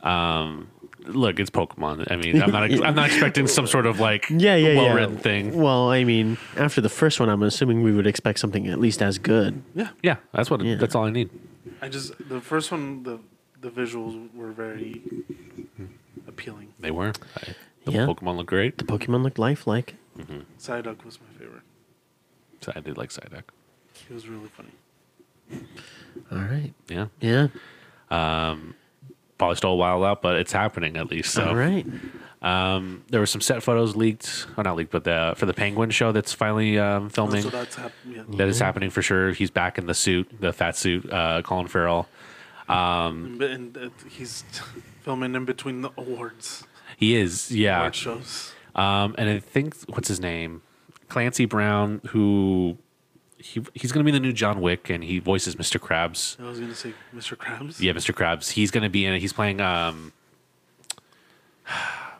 [SPEAKER 4] Look, it's Pokemon. I mean, I'm not, I'm not expecting some sort of like,
[SPEAKER 3] yeah, yeah, yeah.
[SPEAKER 4] well-written thing.
[SPEAKER 3] Well, I mean, after the first one, I'm assuming we would expect something at least as good.
[SPEAKER 5] Yeah.
[SPEAKER 4] Yeah, that's what.
[SPEAKER 3] Yeah.
[SPEAKER 4] That's all I need.
[SPEAKER 5] I just the first one the the visuals were very appealing.
[SPEAKER 4] They were. I, the
[SPEAKER 3] Yeah.
[SPEAKER 4] Pokemon look great.
[SPEAKER 3] The Pokemon looked lifelike.
[SPEAKER 5] Psyduck was my favorite.
[SPEAKER 4] So I did like Psyduck.
[SPEAKER 5] He was really funny.
[SPEAKER 3] All right.
[SPEAKER 4] Yeah,
[SPEAKER 3] Yeah.
[SPEAKER 4] probably still wild out, but it's happening at least. So um,
[SPEAKER 3] All right.
[SPEAKER 4] there were some set photos leaked, or not leaked, but the for the Penguin show that's finally um, filming.
[SPEAKER 5] Oh, So that's happening. Yeah.
[SPEAKER 4] That is
[SPEAKER 3] Mm-hmm.
[SPEAKER 4] happening for sure. He's back in the suit, the fat suit. Uh, Colin Farrell.
[SPEAKER 5] And, and uh, he's filming in between the awards,
[SPEAKER 4] He is. Yeah.
[SPEAKER 5] award shows.
[SPEAKER 4] Um, and I think what's his name, Clancy Brown, who he he's gonna be the new John Wick, and he voices Mr. Krabs.
[SPEAKER 5] I was gonna say Mr. Krabs.
[SPEAKER 4] Yeah, Mr. Krabs. He's gonna be in it. He's playing um.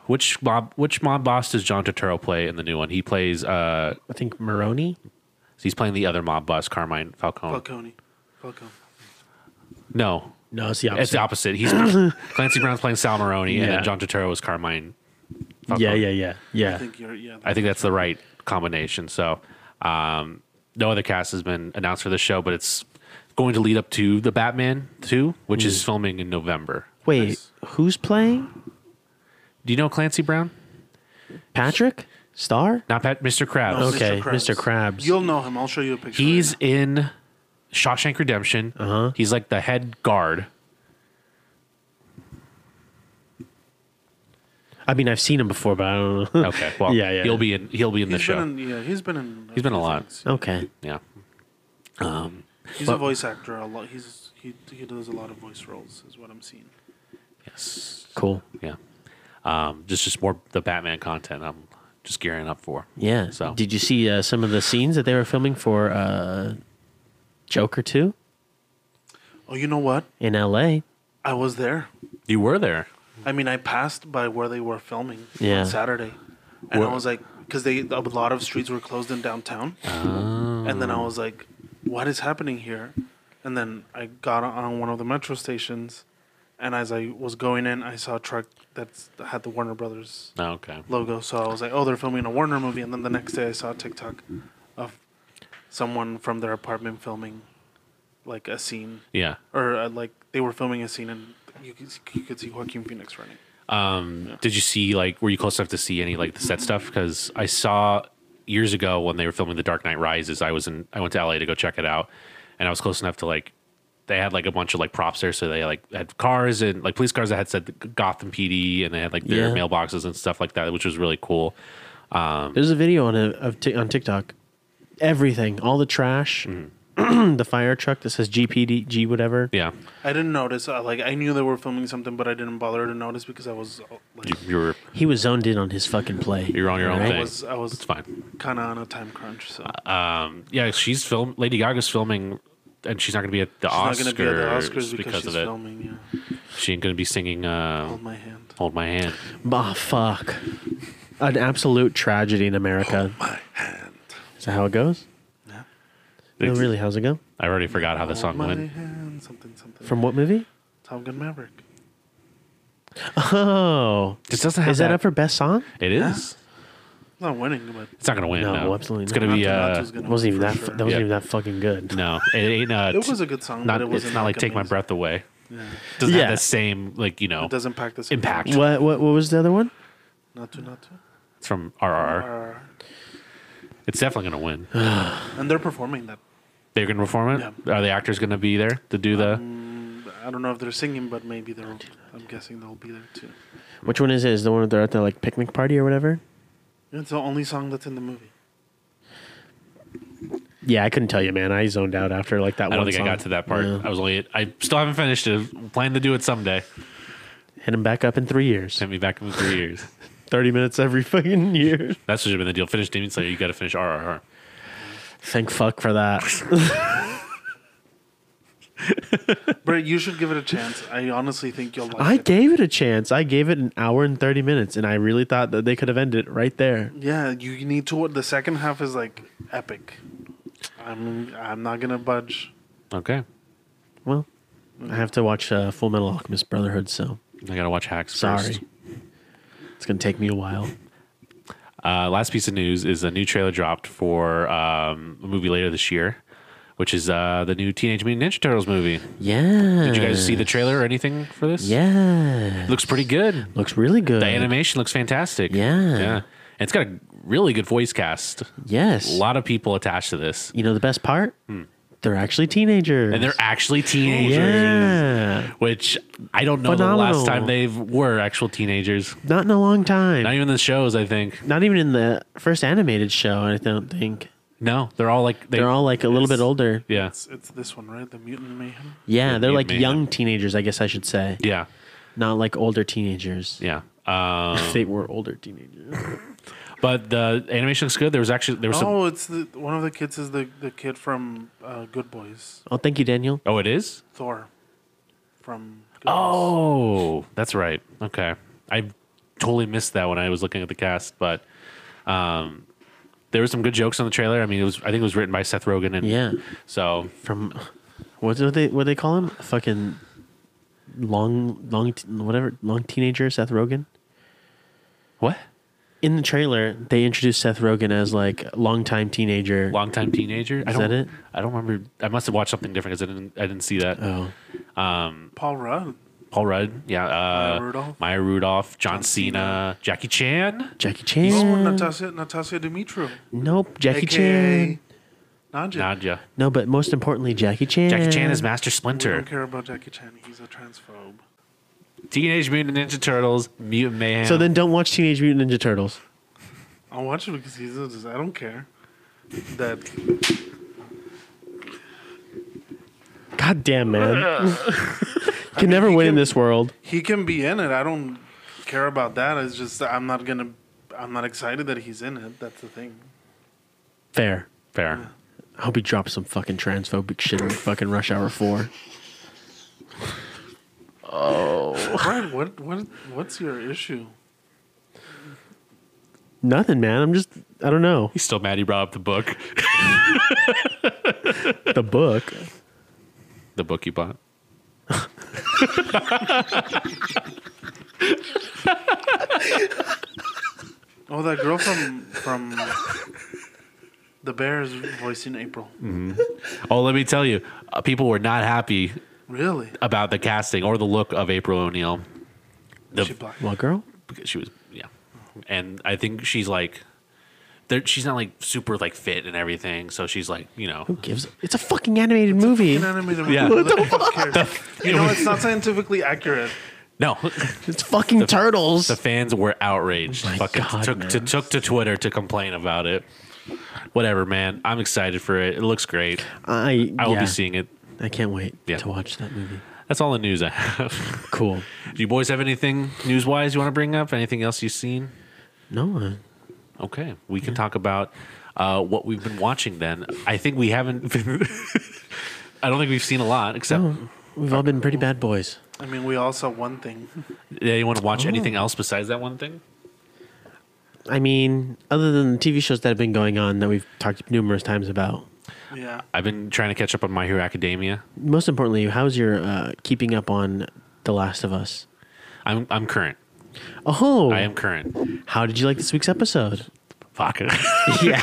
[SPEAKER 4] Which mob? Which mob boss does John Turturro play in the new one? He plays. Uh,
[SPEAKER 3] I think Maroni.
[SPEAKER 4] he's playing the other mob boss, Carmine Falcone.
[SPEAKER 5] Falcone. Falcone.
[SPEAKER 4] No,
[SPEAKER 3] No, it's the
[SPEAKER 4] it's the
[SPEAKER 3] opposite.
[SPEAKER 4] opposite. He's Clancy Brown's playing Sal Maroni, and
[SPEAKER 3] Yeah.
[SPEAKER 4] then John Turturro is Carmine.
[SPEAKER 3] yeah,
[SPEAKER 4] Falcone.
[SPEAKER 3] yeah, yeah,
[SPEAKER 5] I
[SPEAKER 3] yeah.
[SPEAKER 5] think you're. Yeah.
[SPEAKER 4] I think that's the right combination. So, um, no other cast has been announced for the show, but it's going to lead up to the Batman 2, which is filming in November.
[SPEAKER 3] Wait,
[SPEAKER 5] Nice.
[SPEAKER 3] who's playing
[SPEAKER 4] Do you know Clancy Brown?
[SPEAKER 3] Patrick? Star?
[SPEAKER 4] Not Pat, Mr. Krabs.
[SPEAKER 5] No,
[SPEAKER 3] okay, Mr.
[SPEAKER 5] Mr.
[SPEAKER 3] Krabs.
[SPEAKER 5] You'll know him. I'll show you a picture.
[SPEAKER 4] He's
[SPEAKER 5] right
[SPEAKER 4] in Shawshank Redemption.
[SPEAKER 3] Uh-huh.
[SPEAKER 4] He's like the head guard.
[SPEAKER 3] I mean, I've seen him before, but I don't know.
[SPEAKER 4] Okay. Well,
[SPEAKER 3] Yeah, yeah.
[SPEAKER 4] He'll be in. He'll be in
[SPEAKER 5] now.
[SPEAKER 4] the
[SPEAKER 5] He's
[SPEAKER 4] show.
[SPEAKER 5] been in, yeah, he's been in.
[SPEAKER 4] He's been a lot.
[SPEAKER 3] okay.
[SPEAKER 4] yeah.
[SPEAKER 5] He's a voice actor. A lot. He's he he does a lot of voice roles. Is what I'm seeing.
[SPEAKER 4] Yes.
[SPEAKER 3] Cool.
[SPEAKER 4] Yeah. Um, just just more the Batman content. I'm just gearing up for.
[SPEAKER 3] Yeah.
[SPEAKER 4] So
[SPEAKER 3] Did you see uh, some of the scenes that they were filming for uh, Joker 2
[SPEAKER 5] Oh, you know what?
[SPEAKER 3] in LA?
[SPEAKER 5] I was there.
[SPEAKER 4] you were there.
[SPEAKER 5] I mean, I passed by where they were filming
[SPEAKER 3] Yeah.
[SPEAKER 5] on Saturday, and
[SPEAKER 4] Where-
[SPEAKER 5] I was like, because they a lot of streets were closed in downtown, and then I was like, what is happening here? And then I got on one of the metro stations, and as I was going in, I saw a truck that's that had the Warner Brothers
[SPEAKER 4] Oh, okay.
[SPEAKER 5] logo. So I was like, oh, they're filming a Warner movie. And then the next day I saw a TikTok of someone from their apartment filming like a scene.
[SPEAKER 4] Yeah.
[SPEAKER 5] Or uh, like they were filming a scene and you could, you could see Joaquin Phoenix running.
[SPEAKER 4] Um, Did you see like were you close enough to see any like the set stuff? Because I saw years ago when they were filming The Dark Knight Rises, I was in I went to LA to go check it out, and I was close enough to like they had like a bunch of like props there, so they like had cars and like police cars that had said Gotham PD, and they had like their
[SPEAKER 3] Yeah.
[SPEAKER 4] mailboxes and stuff like that, which was really cool.
[SPEAKER 3] There's a video on a, of Tik on TikTok. Everything, all the trash,
[SPEAKER 4] Mm-hmm.
[SPEAKER 3] the fire truck that says GPDG whatever.
[SPEAKER 4] Yeah,
[SPEAKER 5] I didn't notice. Uh, like I knew they were filming something, but I didn't bother to notice because I was uh, like,
[SPEAKER 4] you, you were
[SPEAKER 3] He was zoned in on his fucking play.
[SPEAKER 4] you're on your own
[SPEAKER 3] Right.
[SPEAKER 5] I
[SPEAKER 4] thing.
[SPEAKER 5] was I was
[SPEAKER 4] it's fine. Uh,
[SPEAKER 5] kind of on a time crunch. So
[SPEAKER 4] Yeah, she's film. Lady Gaga's filming, and she's not going to be at the Oscars,
[SPEAKER 5] she's not gonna be at the Oscars because,
[SPEAKER 4] because
[SPEAKER 5] she's
[SPEAKER 4] of it.
[SPEAKER 5] filming. Yeah,
[SPEAKER 4] She ain't going to be singing uh,
[SPEAKER 5] hold my hand.
[SPEAKER 4] "Hold My Hand."
[SPEAKER 3] Bah, fuck. An absolute tragedy in America.
[SPEAKER 4] Oh,
[SPEAKER 5] My hand.
[SPEAKER 3] Is that how it goes?
[SPEAKER 5] Yeah.
[SPEAKER 3] No, really, how's it go?
[SPEAKER 4] I already forgot how the song
[SPEAKER 5] my
[SPEAKER 4] went.
[SPEAKER 5] hand. Something something.
[SPEAKER 3] From what movie?
[SPEAKER 5] Top Gun Maverick.
[SPEAKER 3] Oh.
[SPEAKER 4] This doesn't have
[SPEAKER 3] Is that
[SPEAKER 4] that-
[SPEAKER 3] up for best song?
[SPEAKER 4] It is.
[SPEAKER 5] Not winning, but
[SPEAKER 4] It's not going to win.
[SPEAKER 3] No,
[SPEAKER 4] No,
[SPEAKER 3] absolutely
[SPEAKER 4] It's
[SPEAKER 3] not.
[SPEAKER 4] going to be.
[SPEAKER 5] Not to- not
[SPEAKER 4] Uh,
[SPEAKER 5] to's gonna
[SPEAKER 3] It wasn't
[SPEAKER 5] win
[SPEAKER 3] even
[SPEAKER 5] for
[SPEAKER 3] that.
[SPEAKER 5] sure.
[SPEAKER 3] That wasn't
[SPEAKER 4] Yeah.
[SPEAKER 3] even that fucking good.
[SPEAKER 4] no, it ain't. Uh,
[SPEAKER 5] It was a good song,
[SPEAKER 4] Not,
[SPEAKER 5] but it wasn't
[SPEAKER 4] it's not like "Take My
[SPEAKER 5] amazing.
[SPEAKER 4] Breath Away."
[SPEAKER 5] Yeah.
[SPEAKER 4] Doesn't
[SPEAKER 3] Yeah.
[SPEAKER 4] have the same like you know.
[SPEAKER 5] It doesn't pack this
[SPEAKER 4] Impact.
[SPEAKER 3] What? What? What was the other one?
[SPEAKER 5] Not to, not to.
[SPEAKER 4] It's from RRR.
[SPEAKER 5] Or-
[SPEAKER 4] It's definitely going to win.
[SPEAKER 5] And they're performing that.
[SPEAKER 4] They're going to perform it. Are the actors going to be there to do the?
[SPEAKER 5] I don't know if they're singing, but maybe they're. I'm guessing they'll be there too.
[SPEAKER 3] Which one is it? Is the one that they're at the like picnic party or whatever?
[SPEAKER 5] It's the only song that's in the movie.
[SPEAKER 3] Yeah, I couldn't tell you, man. I zoned out after like that.
[SPEAKER 4] I don't
[SPEAKER 3] one
[SPEAKER 4] think
[SPEAKER 3] song.
[SPEAKER 4] I got to that part.
[SPEAKER 3] Yeah.
[SPEAKER 4] I was only. I still haven't finished it. Plan to do it someday.
[SPEAKER 3] Hit him back up in three years.
[SPEAKER 4] Send me back in three years.
[SPEAKER 3] Thirty minutes every fucking year.
[SPEAKER 4] That's what should have been the deal. Finish Demon Slayer, you got to finish RRR.
[SPEAKER 3] Thank fuck for that.
[SPEAKER 5] Brett, you should give it a chance. I honestly think you'll like
[SPEAKER 3] I
[SPEAKER 5] it.
[SPEAKER 3] gave it a chance. I gave it an hour and thirty minutes, and I really thought that they could have ended it right there.
[SPEAKER 5] yeah, you need to. The second half is like epic. I'm. I'm not gonna budge.
[SPEAKER 4] Okay.
[SPEAKER 3] Well, I have to watch uh, Full Metal Alchemist Brotherhood, so
[SPEAKER 4] I got to watch Hacks first.
[SPEAKER 3] sorry. It's gonna take me a while.
[SPEAKER 4] Uh, last piece of news is a new trailer dropped for um, a movie later this year, which is uh, the new Teenage Mutant Ninja Turtles movie.
[SPEAKER 3] Yeah.
[SPEAKER 4] Did you guys see the trailer or anything for this?
[SPEAKER 3] Yeah.
[SPEAKER 4] Looks pretty good.
[SPEAKER 3] Looks really good.
[SPEAKER 4] The animation looks fantastic.
[SPEAKER 3] Yeah.
[SPEAKER 4] Yeah. And it's got a really good voice cast.
[SPEAKER 3] Yes.
[SPEAKER 4] A lot of people attached to this.
[SPEAKER 3] You know the best part? They're actually teenagers.
[SPEAKER 4] And they're actually teenagers,
[SPEAKER 3] yeah,
[SPEAKER 4] which I don't know the
[SPEAKER 3] Phenomenal.
[SPEAKER 4] last time they were actual teenagers.
[SPEAKER 3] not in a long time.
[SPEAKER 4] Not even the shows, I think.
[SPEAKER 3] Not even in the first animated show. I don't think
[SPEAKER 4] No, they're all like they,
[SPEAKER 3] they're all like a little bit older.
[SPEAKER 4] yeah.
[SPEAKER 5] It's, it's this one, right? The mutant mayhem.
[SPEAKER 3] Yeah, they're
[SPEAKER 4] Mutant
[SPEAKER 3] like
[SPEAKER 4] Mayhem.
[SPEAKER 3] young teenagers, I guess I should say,
[SPEAKER 4] Yeah.
[SPEAKER 3] not like older teenagers.
[SPEAKER 4] Yeah. Um,
[SPEAKER 3] If they were older teenagers.
[SPEAKER 4] but the animation looks good. There was actually there was some.
[SPEAKER 5] oh, it's the one of the kids is the the kid from uh, Good Boys,
[SPEAKER 3] Oh, thank you, Daniel.
[SPEAKER 4] Oh, it is.
[SPEAKER 5] Thor, from. Good Boys.
[SPEAKER 4] Oh, that's right. Okay, I totally missed that when I was looking at the cast, but um, there were some good jokes on the trailer. I mean, it was I think it was written by Seth Rogen and
[SPEAKER 3] Yeah,
[SPEAKER 4] So
[SPEAKER 3] from what do they what do they call him? Fucking long long te- whatever long teenager Seth Rogen.
[SPEAKER 4] what?
[SPEAKER 3] In the trailer, they introduced Seth Rogen as like longtime teenager.
[SPEAKER 4] Longtime teenager. I
[SPEAKER 3] Is
[SPEAKER 4] don't,
[SPEAKER 3] that it?
[SPEAKER 4] I don't remember. I must have watched something different because I didn't. I didn't see that.
[SPEAKER 3] Oh,
[SPEAKER 5] Paul Rudd.
[SPEAKER 4] Paul Rudd, yeah, uh,
[SPEAKER 5] Maya Rudolph.
[SPEAKER 4] Maya Rudolph, John Cena, Jackie Chan,
[SPEAKER 3] Jackie
[SPEAKER 5] Oh,
[SPEAKER 3] Chan.
[SPEAKER 5] Natasha, Natasha Dimitru.
[SPEAKER 3] nope, Jackie
[SPEAKER 5] AKA
[SPEAKER 3] Chan.
[SPEAKER 5] Nadia.
[SPEAKER 4] Nadia.
[SPEAKER 3] No, but most importantly, Jackie Chan.
[SPEAKER 4] Jackie Chan is Master
[SPEAKER 5] We don't
[SPEAKER 4] Splinter.
[SPEAKER 5] care about Jackie Chan. He's a transphobe.
[SPEAKER 4] Teenage Mutant Ninja Turtles, Mutant Mayhem.
[SPEAKER 3] So then, don't watch Teenage Mutant Ninja Turtles.
[SPEAKER 5] I'll watch it because he's a, I don't care. That
[SPEAKER 3] God damn, man. you can never win in this world.
[SPEAKER 5] he can be in it. I don't care about that. It's just that I'm not gonna. I'm not excited that he's in it. That's the thing.
[SPEAKER 3] Fair.
[SPEAKER 4] fair.
[SPEAKER 3] I hope he drops some fucking transphobic shit in fucking Rush Hour 4.
[SPEAKER 5] Brad, what what what's your issue?
[SPEAKER 3] Nothing, man. I'm just, I don't know.
[SPEAKER 4] He's still mad he brought up the book,
[SPEAKER 3] The book.
[SPEAKER 4] the book you bought.
[SPEAKER 5] Oh, that girl from from the Bears voicing April.
[SPEAKER 4] Oh, let me tell you, uh, people were not happy
[SPEAKER 5] Really?
[SPEAKER 4] about the casting or the look of April O'Neil. The,
[SPEAKER 5] She black.
[SPEAKER 3] What, girl?
[SPEAKER 4] because she was yeah and i think she's like there- she's not like super like fit and everything so she's like you know
[SPEAKER 3] Who gives? It's a fucking animated movie.
[SPEAKER 5] An animated
[SPEAKER 4] Yeah.
[SPEAKER 5] movie. Who cares? You know, it's not scientifically accurate.
[SPEAKER 4] no
[SPEAKER 3] It's fucking turtles.
[SPEAKER 4] the fans were outraged
[SPEAKER 3] my
[SPEAKER 4] fucking
[SPEAKER 3] God,
[SPEAKER 4] took, to,
[SPEAKER 3] man.
[SPEAKER 4] took to twitter to complain about it whatever man i'm excited for it it looks great
[SPEAKER 3] I,
[SPEAKER 4] i will
[SPEAKER 3] yeah.
[SPEAKER 4] be seeing it
[SPEAKER 3] I can't wait
[SPEAKER 4] Yeah.
[SPEAKER 3] to watch that movie.
[SPEAKER 4] that's all the news i have
[SPEAKER 3] Cool.
[SPEAKER 4] do you boys have anything news wise you want to bring up anything else you've seen
[SPEAKER 3] No, uh,
[SPEAKER 4] Okay, we can talk about uh, what we've been watching. Then I think we haven't. Been I don't think we've seen a lot, except
[SPEAKER 3] we've all been pretty bad boys.
[SPEAKER 5] I mean, we all saw one thing.
[SPEAKER 4] did anyone watch anything else besides that one thing?
[SPEAKER 3] I mean, other than the TV shows that have been going on that we've talked numerous times about.
[SPEAKER 5] Yeah.
[SPEAKER 4] I've been trying to catch up on My Hero Academia.
[SPEAKER 3] Most importantly, how's your uh, keeping up on The Last of Us?
[SPEAKER 4] I'm I'm current.
[SPEAKER 3] Oh,
[SPEAKER 4] I am current.
[SPEAKER 3] how did you like this week's episode?
[SPEAKER 4] Fuck.
[SPEAKER 3] yeah,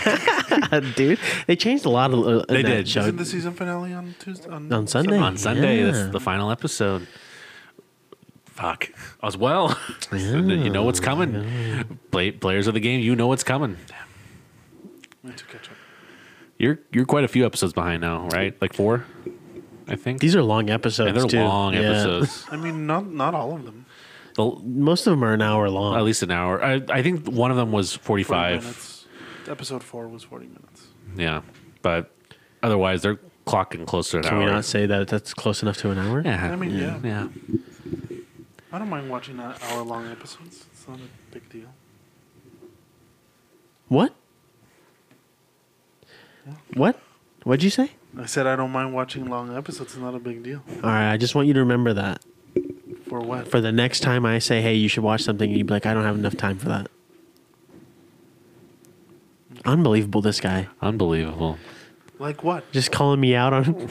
[SPEAKER 3] dude, they changed a lot of. Uh,
[SPEAKER 4] They
[SPEAKER 3] in that
[SPEAKER 4] did.
[SPEAKER 3] show.
[SPEAKER 5] Isn't the season finale on Tuesday?
[SPEAKER 3] on Sunday.
[SPEAKER 4] on Sunday.
[SPEAKER 3] Yeah.
[SPEAKER 4] That's the final episode. Fuck. As well, you know what's coming. Play, players of the game, you know what's coming.
[SPEAKER 5] I need to catch up.
[SPEAKER 4] You're you're quite a few episodes behind now, right? Like four, I think.
[SPEAKER 3] These are long episodes.
[SPEAKER 4] and they're
[SPEAKER 3] too.
[SPEAKER 4] long
[SPEAKER 3] Yeah.
[SPEAKER 4] episodes.
[SPEAKER 5] I mean, not not all of them.
[SPEAKER 4] The-
[SPEAKER 3] Most of them are an hour long.
[SPEAKER 4] at least an hour. I, I think one of them was
[SPEAKER 5] 40
[SPEAKER 4] 45.
[SPEAKER 5] minutes. Episode four was forty minutes.
[SPEAKER 4] Yeah. But otherwise, they're clocking closer to an
[SPEAKER 3] Can we
[SPEAKER 4] hour.
[SPEAKER 3] not say that that's close enough to an hour?
[SPEAKER 4] yeah.
[SPEAKER 5] I mean, yeah.
[SPEAKER 4] Yeah.
[SPEAKER 5] I don't mind watching hour long episodes. It's not a big deal.
[SPEAKER 3] What? What? What'd you say?
[SPEAKER 5] I said I don't mind watching long episodes. It's not a big deal.
[SPEAKER 3] All right, I just want you to remember that
[SPEAKER 5] For what?
[SPEAKER 3] for the next time I say, "Hey, you should watch something," you'd be like, "I don't have enough time for that." Unbelievable, this guy
[SPEAKER 4] Unbelievable.
[SPEAKER 5] like what?
[SPEAKER 3] just calling me out on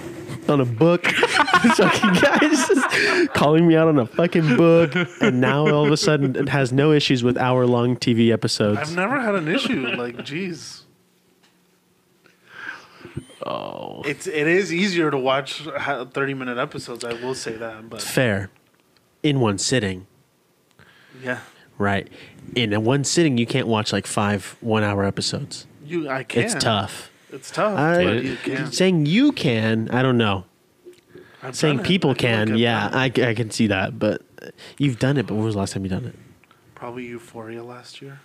[SPEAKER 3] on a book. this fucking guy is just calling me out on a fucking book, and now all of a sudden it has no issues with hour long TV episodes.
[SPEAKER 5] I've never had an issue. Like, jeez. Oh. It's it is easier to watch ha- thirty minute episodes. I will say that, but
[SPEAKER 3] Fair, in one sitting.
[SPEAKER 5] yeah,
[SPEAKER 3] Right. In a one sitting, you can't watch like five one hour episodes.
[SPEAKER 5] you I can.
[SPEAKER 3] It's tough.
[SPEAKER 5] It's tough.
[SPEAKER 3] I-
[SPEAKER 5] but you can.
[SPEAKER 3] Saying you can, I don't know.
[SPEAKER 5] I've done
[SPEAKER 3] Saying
[SPEAKER 5] it.
[SPEAKER 3] people
[SPEAKER 5] I feel like
[SPEAKER 3] can,
[SPEAKER 5] I've
[SPEAKER 3] yeah,
[SPEAKER 5] done it.
[SPEAKER 3] I, I can see that. But you've done it, but when was the last time you done it?
[SPEAKER 5] probably Euphoria last year.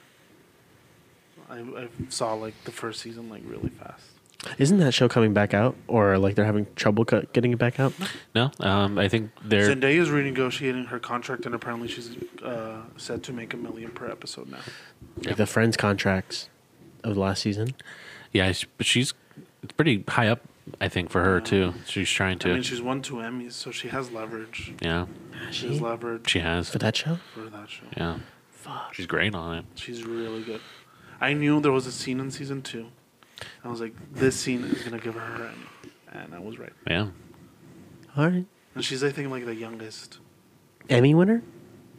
[SPEAKER 5] I, I saw like the first season like really fast.
[SPEAKER 3] Isn't that show coming back out? Or like they're having trouble cut, getting it back out?
[SPEAKER 4] No, um, I think they're.
[SPEAKER 5] Zendaya is renegotiating her contract, and apparently she's uh, set to make a million per episode now.
[SPEAKER 4] Yeah.
[SPEAKER 3] Like the Friends contracts of the last season?
[SPEAKER 4] yeah, sh- but she's it's pretty high up, I think, for her, too. She's trying
[SPEAKER 5] I
[SPEAKER 4] to.
[SPEAKER 5] mean, she's won two Emmys, so she has leverage.
[SPEAKER 4] yeah.
[SPEAKER 5] She has
[SPEAKER 3] She-
[SPEAKER 5] leverage
[SPEAKER 4] She has.
[SPEAKER 3] For that show?
[SPEAKER 5] for that show.
[SPEAKER 4] Yeah. She's great on it.
[SPEAKER 5] She's really good. I knew there was a scene in season two. I was like, this scene is gonna give her her Emmy, and I was right.
[SPEAKER 4] Yeah.
[SPEAKER 3] All right.
[SPEAKER 5] And she's, I think, like the youngest
[SPEAKER 3] Emmy winner?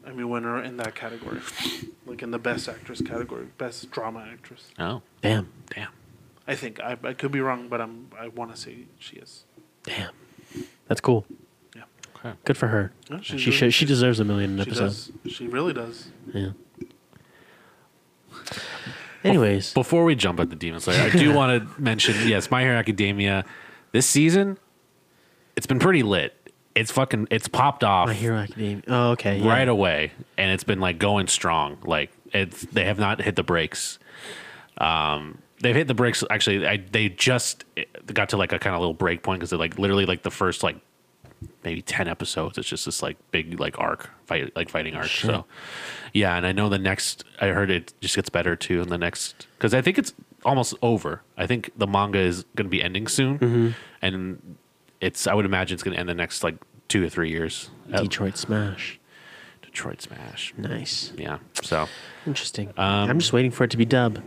[SPEAKER 5] Emmy winner in that category, like in the best actress category, best drama actress.
[SPEAKER 4] Oh,
[SPEAKER 3] Damn.
[SPEAKER 4] damn.
[SPEAKER 5] I think I, I could be wrong, but I'm I want to say she is.
[SPEAKER 3] Damn. That's cool.
[SPEAKER 5] Yeah.
[SPEAKER 4] Okay.
[SPEAKER 3] Good for her.
[SPEAKER 5] Yeah, she's
[SPEAKER 3] she
[SPEAKER 5] doing-
[SPEAKER 3] should, she deserves a million
[SPEAKER 5] She
[SPEAKER 3] episodes.
[SPEAKER 5] does. She really does.
[SPEAKER 3] Yeah. Anyways,
[SPEAKER 4] Before we jump at the Demon Slayer, I do want to mention yes, My Hero Academia. This season, it's been pretty lit. It's fucking. It's popped off
[SPEAKER 3] My Hero Academia. Oh, okay. yeah.
[SPEAKER 4] right away, and it's been like going strong. Like it's they have not hit the brakes. Um, they've hit the brakes. Actually, I they just got to like a kind of little break point because they're like literally like the first like maybe ten episodes. It's just this like big like arc fight like fighting arc.
[SPEAKER 3] Shit.
[SPEAKER 4] So yeah, and I know the next I heard it just gets better too in the next because I think it's almost over. I think the manga is going to be ending soon,
[SPEAKER 3] Mm-hmm.
[SPEAKER 4] and it's I would imagine it's going to end the next like two to three years. At
[SPEAKER 3] Detroit Smash.
[SPEAKER 4] Detroit Smash.
[SPEAKER 3] Nice.
[SPEAKER 4] Yeah. So,
[SPEAKER 3] Interesting. I'm just waiting for it to be dub.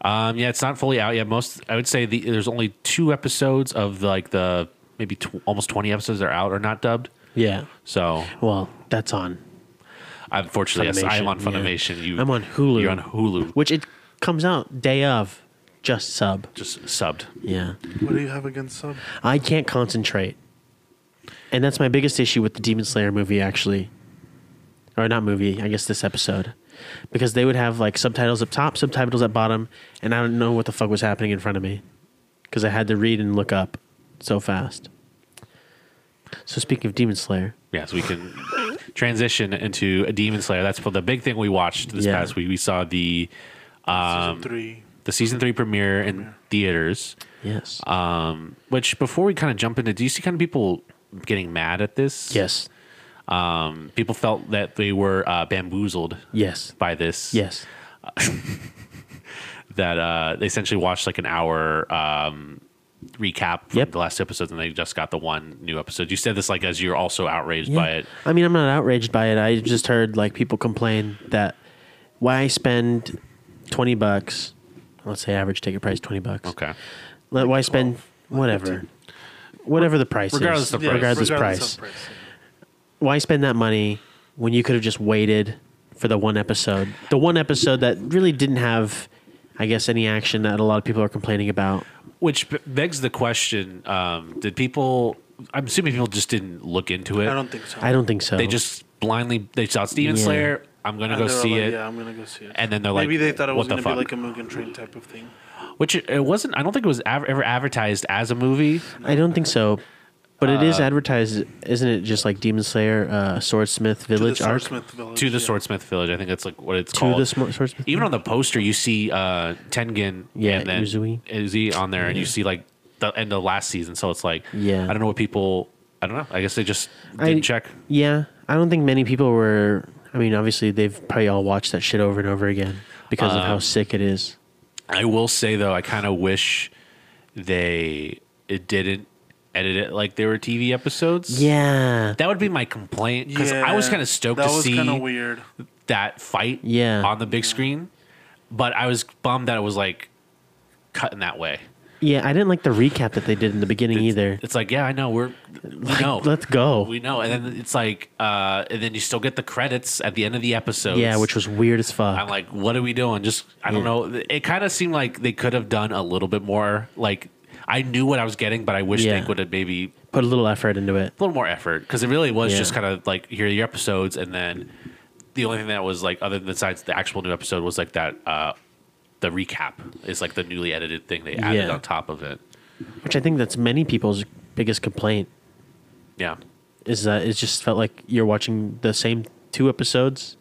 [SPEAKER 4] um, yeah, it's not fully out yet. Most, I would say, the, there's only two episodes of like the maybe tw- almost 20 episodes that are out or not dubbed.
[SPEAKER 3] Yeah.
[SPEAKER 4] So,
[SPEAKER 3] Well, that's on.
[SPEAKER 4] unfortunately, yes, I'm on
[SPEAKER 3] Funimation,
[SPEAKER 4] Funimation.
[SPEAKER 3] yeah.
[SPEAKER 4] You,
[SPEAKER 3] I'm on Hulu.
[SPEAKER 4] You're on Hulu,
[SPEAKER 3] Which it comes out day of, just sub.
[SPEAKER 4] just subbed.
[SPEAKER 3] Yeah.
[SPEAKER 5] What do you have against sub?
[SPEAKER 3] I can't concentrate. And that's my biggest issue with the Demon Slayer movie, actually. Or not movie, I guess this episode. Because they would have like subtitles up top, subtitles at bottom, and I don't know what the fuck was happening in front of me. Because I had to read and look up so fast. So speaking of Demon Slayer,
[SPEAKER 4] Yeah, so we can transition into a Demon Slayer. That's the big thing we watched this
[SPEAKER 3] Yeah.
[SPEAKER 4] past week. We saw the Um,
[SPEAKER 5] Season three.
[SPEAKER 4] the season three premiere in theaters.
[SPEAKER 3] yes.
[SPEAKER 4] Um, which before we kind of jump into, do you see kind of people getting mad at this?
[SPEAKER 3] yes.
[SPEAKER 4] Um, people felt that they were uh, bamboozled
[SPEAKER 3] Yes.
[SPEAKER 4] by this.
[SPEAKER 3] Yes.
[SPEAKER 4] That uh, they essentially watched like an hour um, recap from
[SPEAKER 3] Yep.
[SPEAKER 4] the last episode and they just got the one new episode. You said this like as you're also outraged by it.
[SPEAKER 3] I mean, I'm not outraged by it. I just heard like people complain that why spend 20 bucks, let's say average ticket price 20 bucks.
[SPEAKER 4] Okay.
[SPEAKER 3] Let, why spend whatever, whatever the price
[SPEAKER 4] Regardless
[SPEAKER 3] is,
[SPEAKER 4] of
[SPEAKER 5] Yeah,
[SPEAKER 4] price.
[SPEAKER 3] regardless,
[SPEAKER 5] regardless
[SPEAKER 3] price.
[SPEAKER 5] of price.
[SPEAKER 3] Why spend that money when you could have just waited for the one episode, the one episode that really didn't have, I guess, any action that a lot of people are complaining about.
[SPEAKER 4] Which b- begs the question um, did people, I'm assuming people just didn't look into it.
[SPEAKER 5] I don't think so.
[SPEAKER 3] I don't think so.
[SPEAKER 4] They just blindly, they saw Steven
[SPEAKER 3] Yeah.
[SPEAKER 4] Slayer. I'm going to
[SPEAKER 5] And
[SPEAKER 4] go
[SPEAKER 5] they were
[SPEAKER 4] see
[SPEAKER 5] like,
[SPEAKER 4] it.
[SPEAKER 5] Yeah, I'm gonna go see it.
[SPEAKER 4] And then they're like,
[SPEAKER 5] maybe they thought it was
[SPEAKER 4] what
[SPEAKER 5] gonna
[SPEAKER 4] the
[SPEAKER 5] be like
[SPEAKER 4] fuck?
[SPEAKER 5] a Mugen Train type of thing.
[SPEAKER 4] Which it, it wasn't, I don't think it was av- ever advertised as a movie.
[SPEAKER 3] I don't think so. But it
[SPEAKER 4] Uh,
[SPEAKER 3] is advertised, isn't it? Just like Demon Slayer, uh, Swordsmith Village
[SPEAKER 5] to the
[SPEAKER 3] arc.
[SPEAKER 5] Swordsmith Village.
[SPEAKER 4] to the
[SPEAKER 5] yeah.
[SPEAKER 4] Swordsmith Village. I think that's like what it's
[SPEAKER 3] To
[SPEAKER 4] called.
[SPEAKER 3] the Smo- Swordsmith
[SPEAKER 4] Even on the poster, you see uh, Tengen
[SPEAKER 3] Yeah,
[SPEAKER 4] and then
[SPEAKER 3] Uzui.
[SPEAKER 4] Uzi on there, and you see like the end of last season. So it's like,
[SPEAKER 3] Yeah.
[SPEAKER 4] I don't know what people. I don't know. I guess they just
[SPEAKER 3] I-
[SPEAKER 4] didn't check.
[SPEAKER 3] Yeah, I don't think many people were. I mean, obviously they've probably all watched that shit over and over again because of how
[SPEAKER 4] Um,
[SPEAKER 3] sick it is.
[SPEAKER 4] I will say though, I kind of wish they it didn't edit it like they were TV episodes.
[SPEAKER 3] Yeah,
[SPEAKER 4] That would be my complaint because I was
[SPEAKER 5] Yeah,
[SPEAKER 4] kind of stoked
[SPEAKER 5] that
[SPEAKER 4] to
[SPEAKER 5] was
[SPEAKER 4] see
[SPEAKER 5] kind of weird.
[SPEAKER 4] that fight
[SPEAKER 3] Yeah.
[SPEAKER 4] on the big screen, but I was bummed that it was like cut in that way.
[SPEAKER 3] yeah. I didn't like the recap that they did in the beginning either.
[SPEAKER 4] It's like, yeah, I know. We're we know.
[SPEAKER 3] Let's go.
[SPEAKER 4] We know. And then it's like, uh, and then you still get the credits at the end of the episode.
[SPEAKER 3] yeah, which was weird as fuck.
[SPEAKER 4] I'm like, what are we doing? Just I don't know. It kind of seemed like they could have done a little bit more. Like I knew what I was getting, but I wish
[SPEAKER 3] Yeah.
[SPEAKER 4] they would have maybe
[SPEAKER 3] Put a little effort into it.
[SPEAKER 4] a little more effort because it really was
[SPEAKER 3] Yeah.
[SPEAKER 4] just kind of like here are your episodes, and then the only thing that was like other than besides the actual new episode was like that. Uh, the recap is like the newly edited thing they added
[SPEAKER 3] Yeah.
[SPEAKER 4] on top of it.
[SPEAKER 3] Which I think that's many people's biggest complaint
[SPEAKER 4] Yeah.
[SPEAKER 3] is that it just felt like you're watching the same two episodes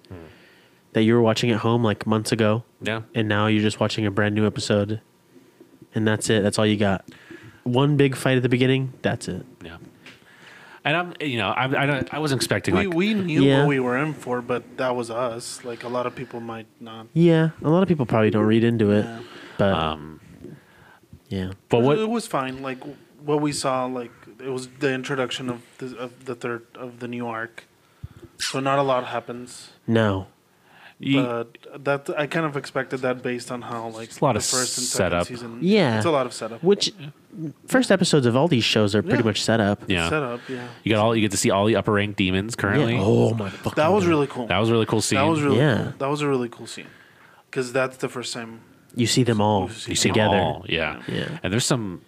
[SPEAKER 3] that you were watching at home like months ago,
[SPEAKER 4] Hmm. Yeah.
[SPEAKER 3] and now you're just watching a brand new episode, and that's it. That's all you got. One big fight at the beginning. That's it.
[SPEAKER 4] Yeah. And I'm, you know, I'm, I don't, I wasn't expecting
[SPEAKER 5] We
[SPEAKER 4] like,
[SPEAKER 5] we knew
[SPEAKER 3] Yeah.
[SPEAKER 5] what we were in for, but that was us. Like a lot of people might not.
[SPEAKER 3] Yeah, a lot of people probably don't read into it,
[SPEAKER 5] Yeah.
[SPEAKER 3] but
[SPEAKER 4] um,
[SPEAKER 3] yeah,
[SPEAKER 4] but
[SPEAKER 5] it
[SPEAKER 4] what,
[SPEAKER 5] was fine. Like what we saw, like it was the introduction of the, of the third of the new arc. So not a lot happens,
[SPEAKER 3] no,
[SPEAKER 4] you,
[SPEAKER 5] but that I kind of expected that based on how like
[SPEAKER 4] It's a lot
[SPEAKER 5] the
[SPEAKER 4] of
[SPEAKER 5] first and
[SPEAKER 4] setup.
[SPEAKER 5] second season.
[SPEAKER 3] Yeah.
[SPEAKER 5] it's a lot of setup.
[SPEAKER 3] which first episodes of all these shows are pretty
[SPEAKER 5] Yeah.
[SPEAKER 3] much set up.
[SPEAKER 4] yeah,
[SPEAKER 5] Setup, yeah.
[SPEAKER 4] you got all, you get to see all the upper ranked demons currently.
[SPEAKER 3] Yeah. Oh my fucking.
[SPEAKER 5] That was
[SPEAKER 3] God.
[SPEAKER 5] really cool.
[SPEAKER 4] That was a really cool scene.
[SPEAKER 5] That was really
[SPEAKER 3] Yeah.
[SPEAKER 5] cool. that was a really cool scene because that's the first time.
[SPEAKER 3] You see them all
[SPEAKER 5] You
[SPEAKER 4] you see
[SPEAKER 3] together.
[SPEAKER 4] Them all. Yeah.
[SPEAKER 3] Yeah.
[SPEAKER 4] And there's some,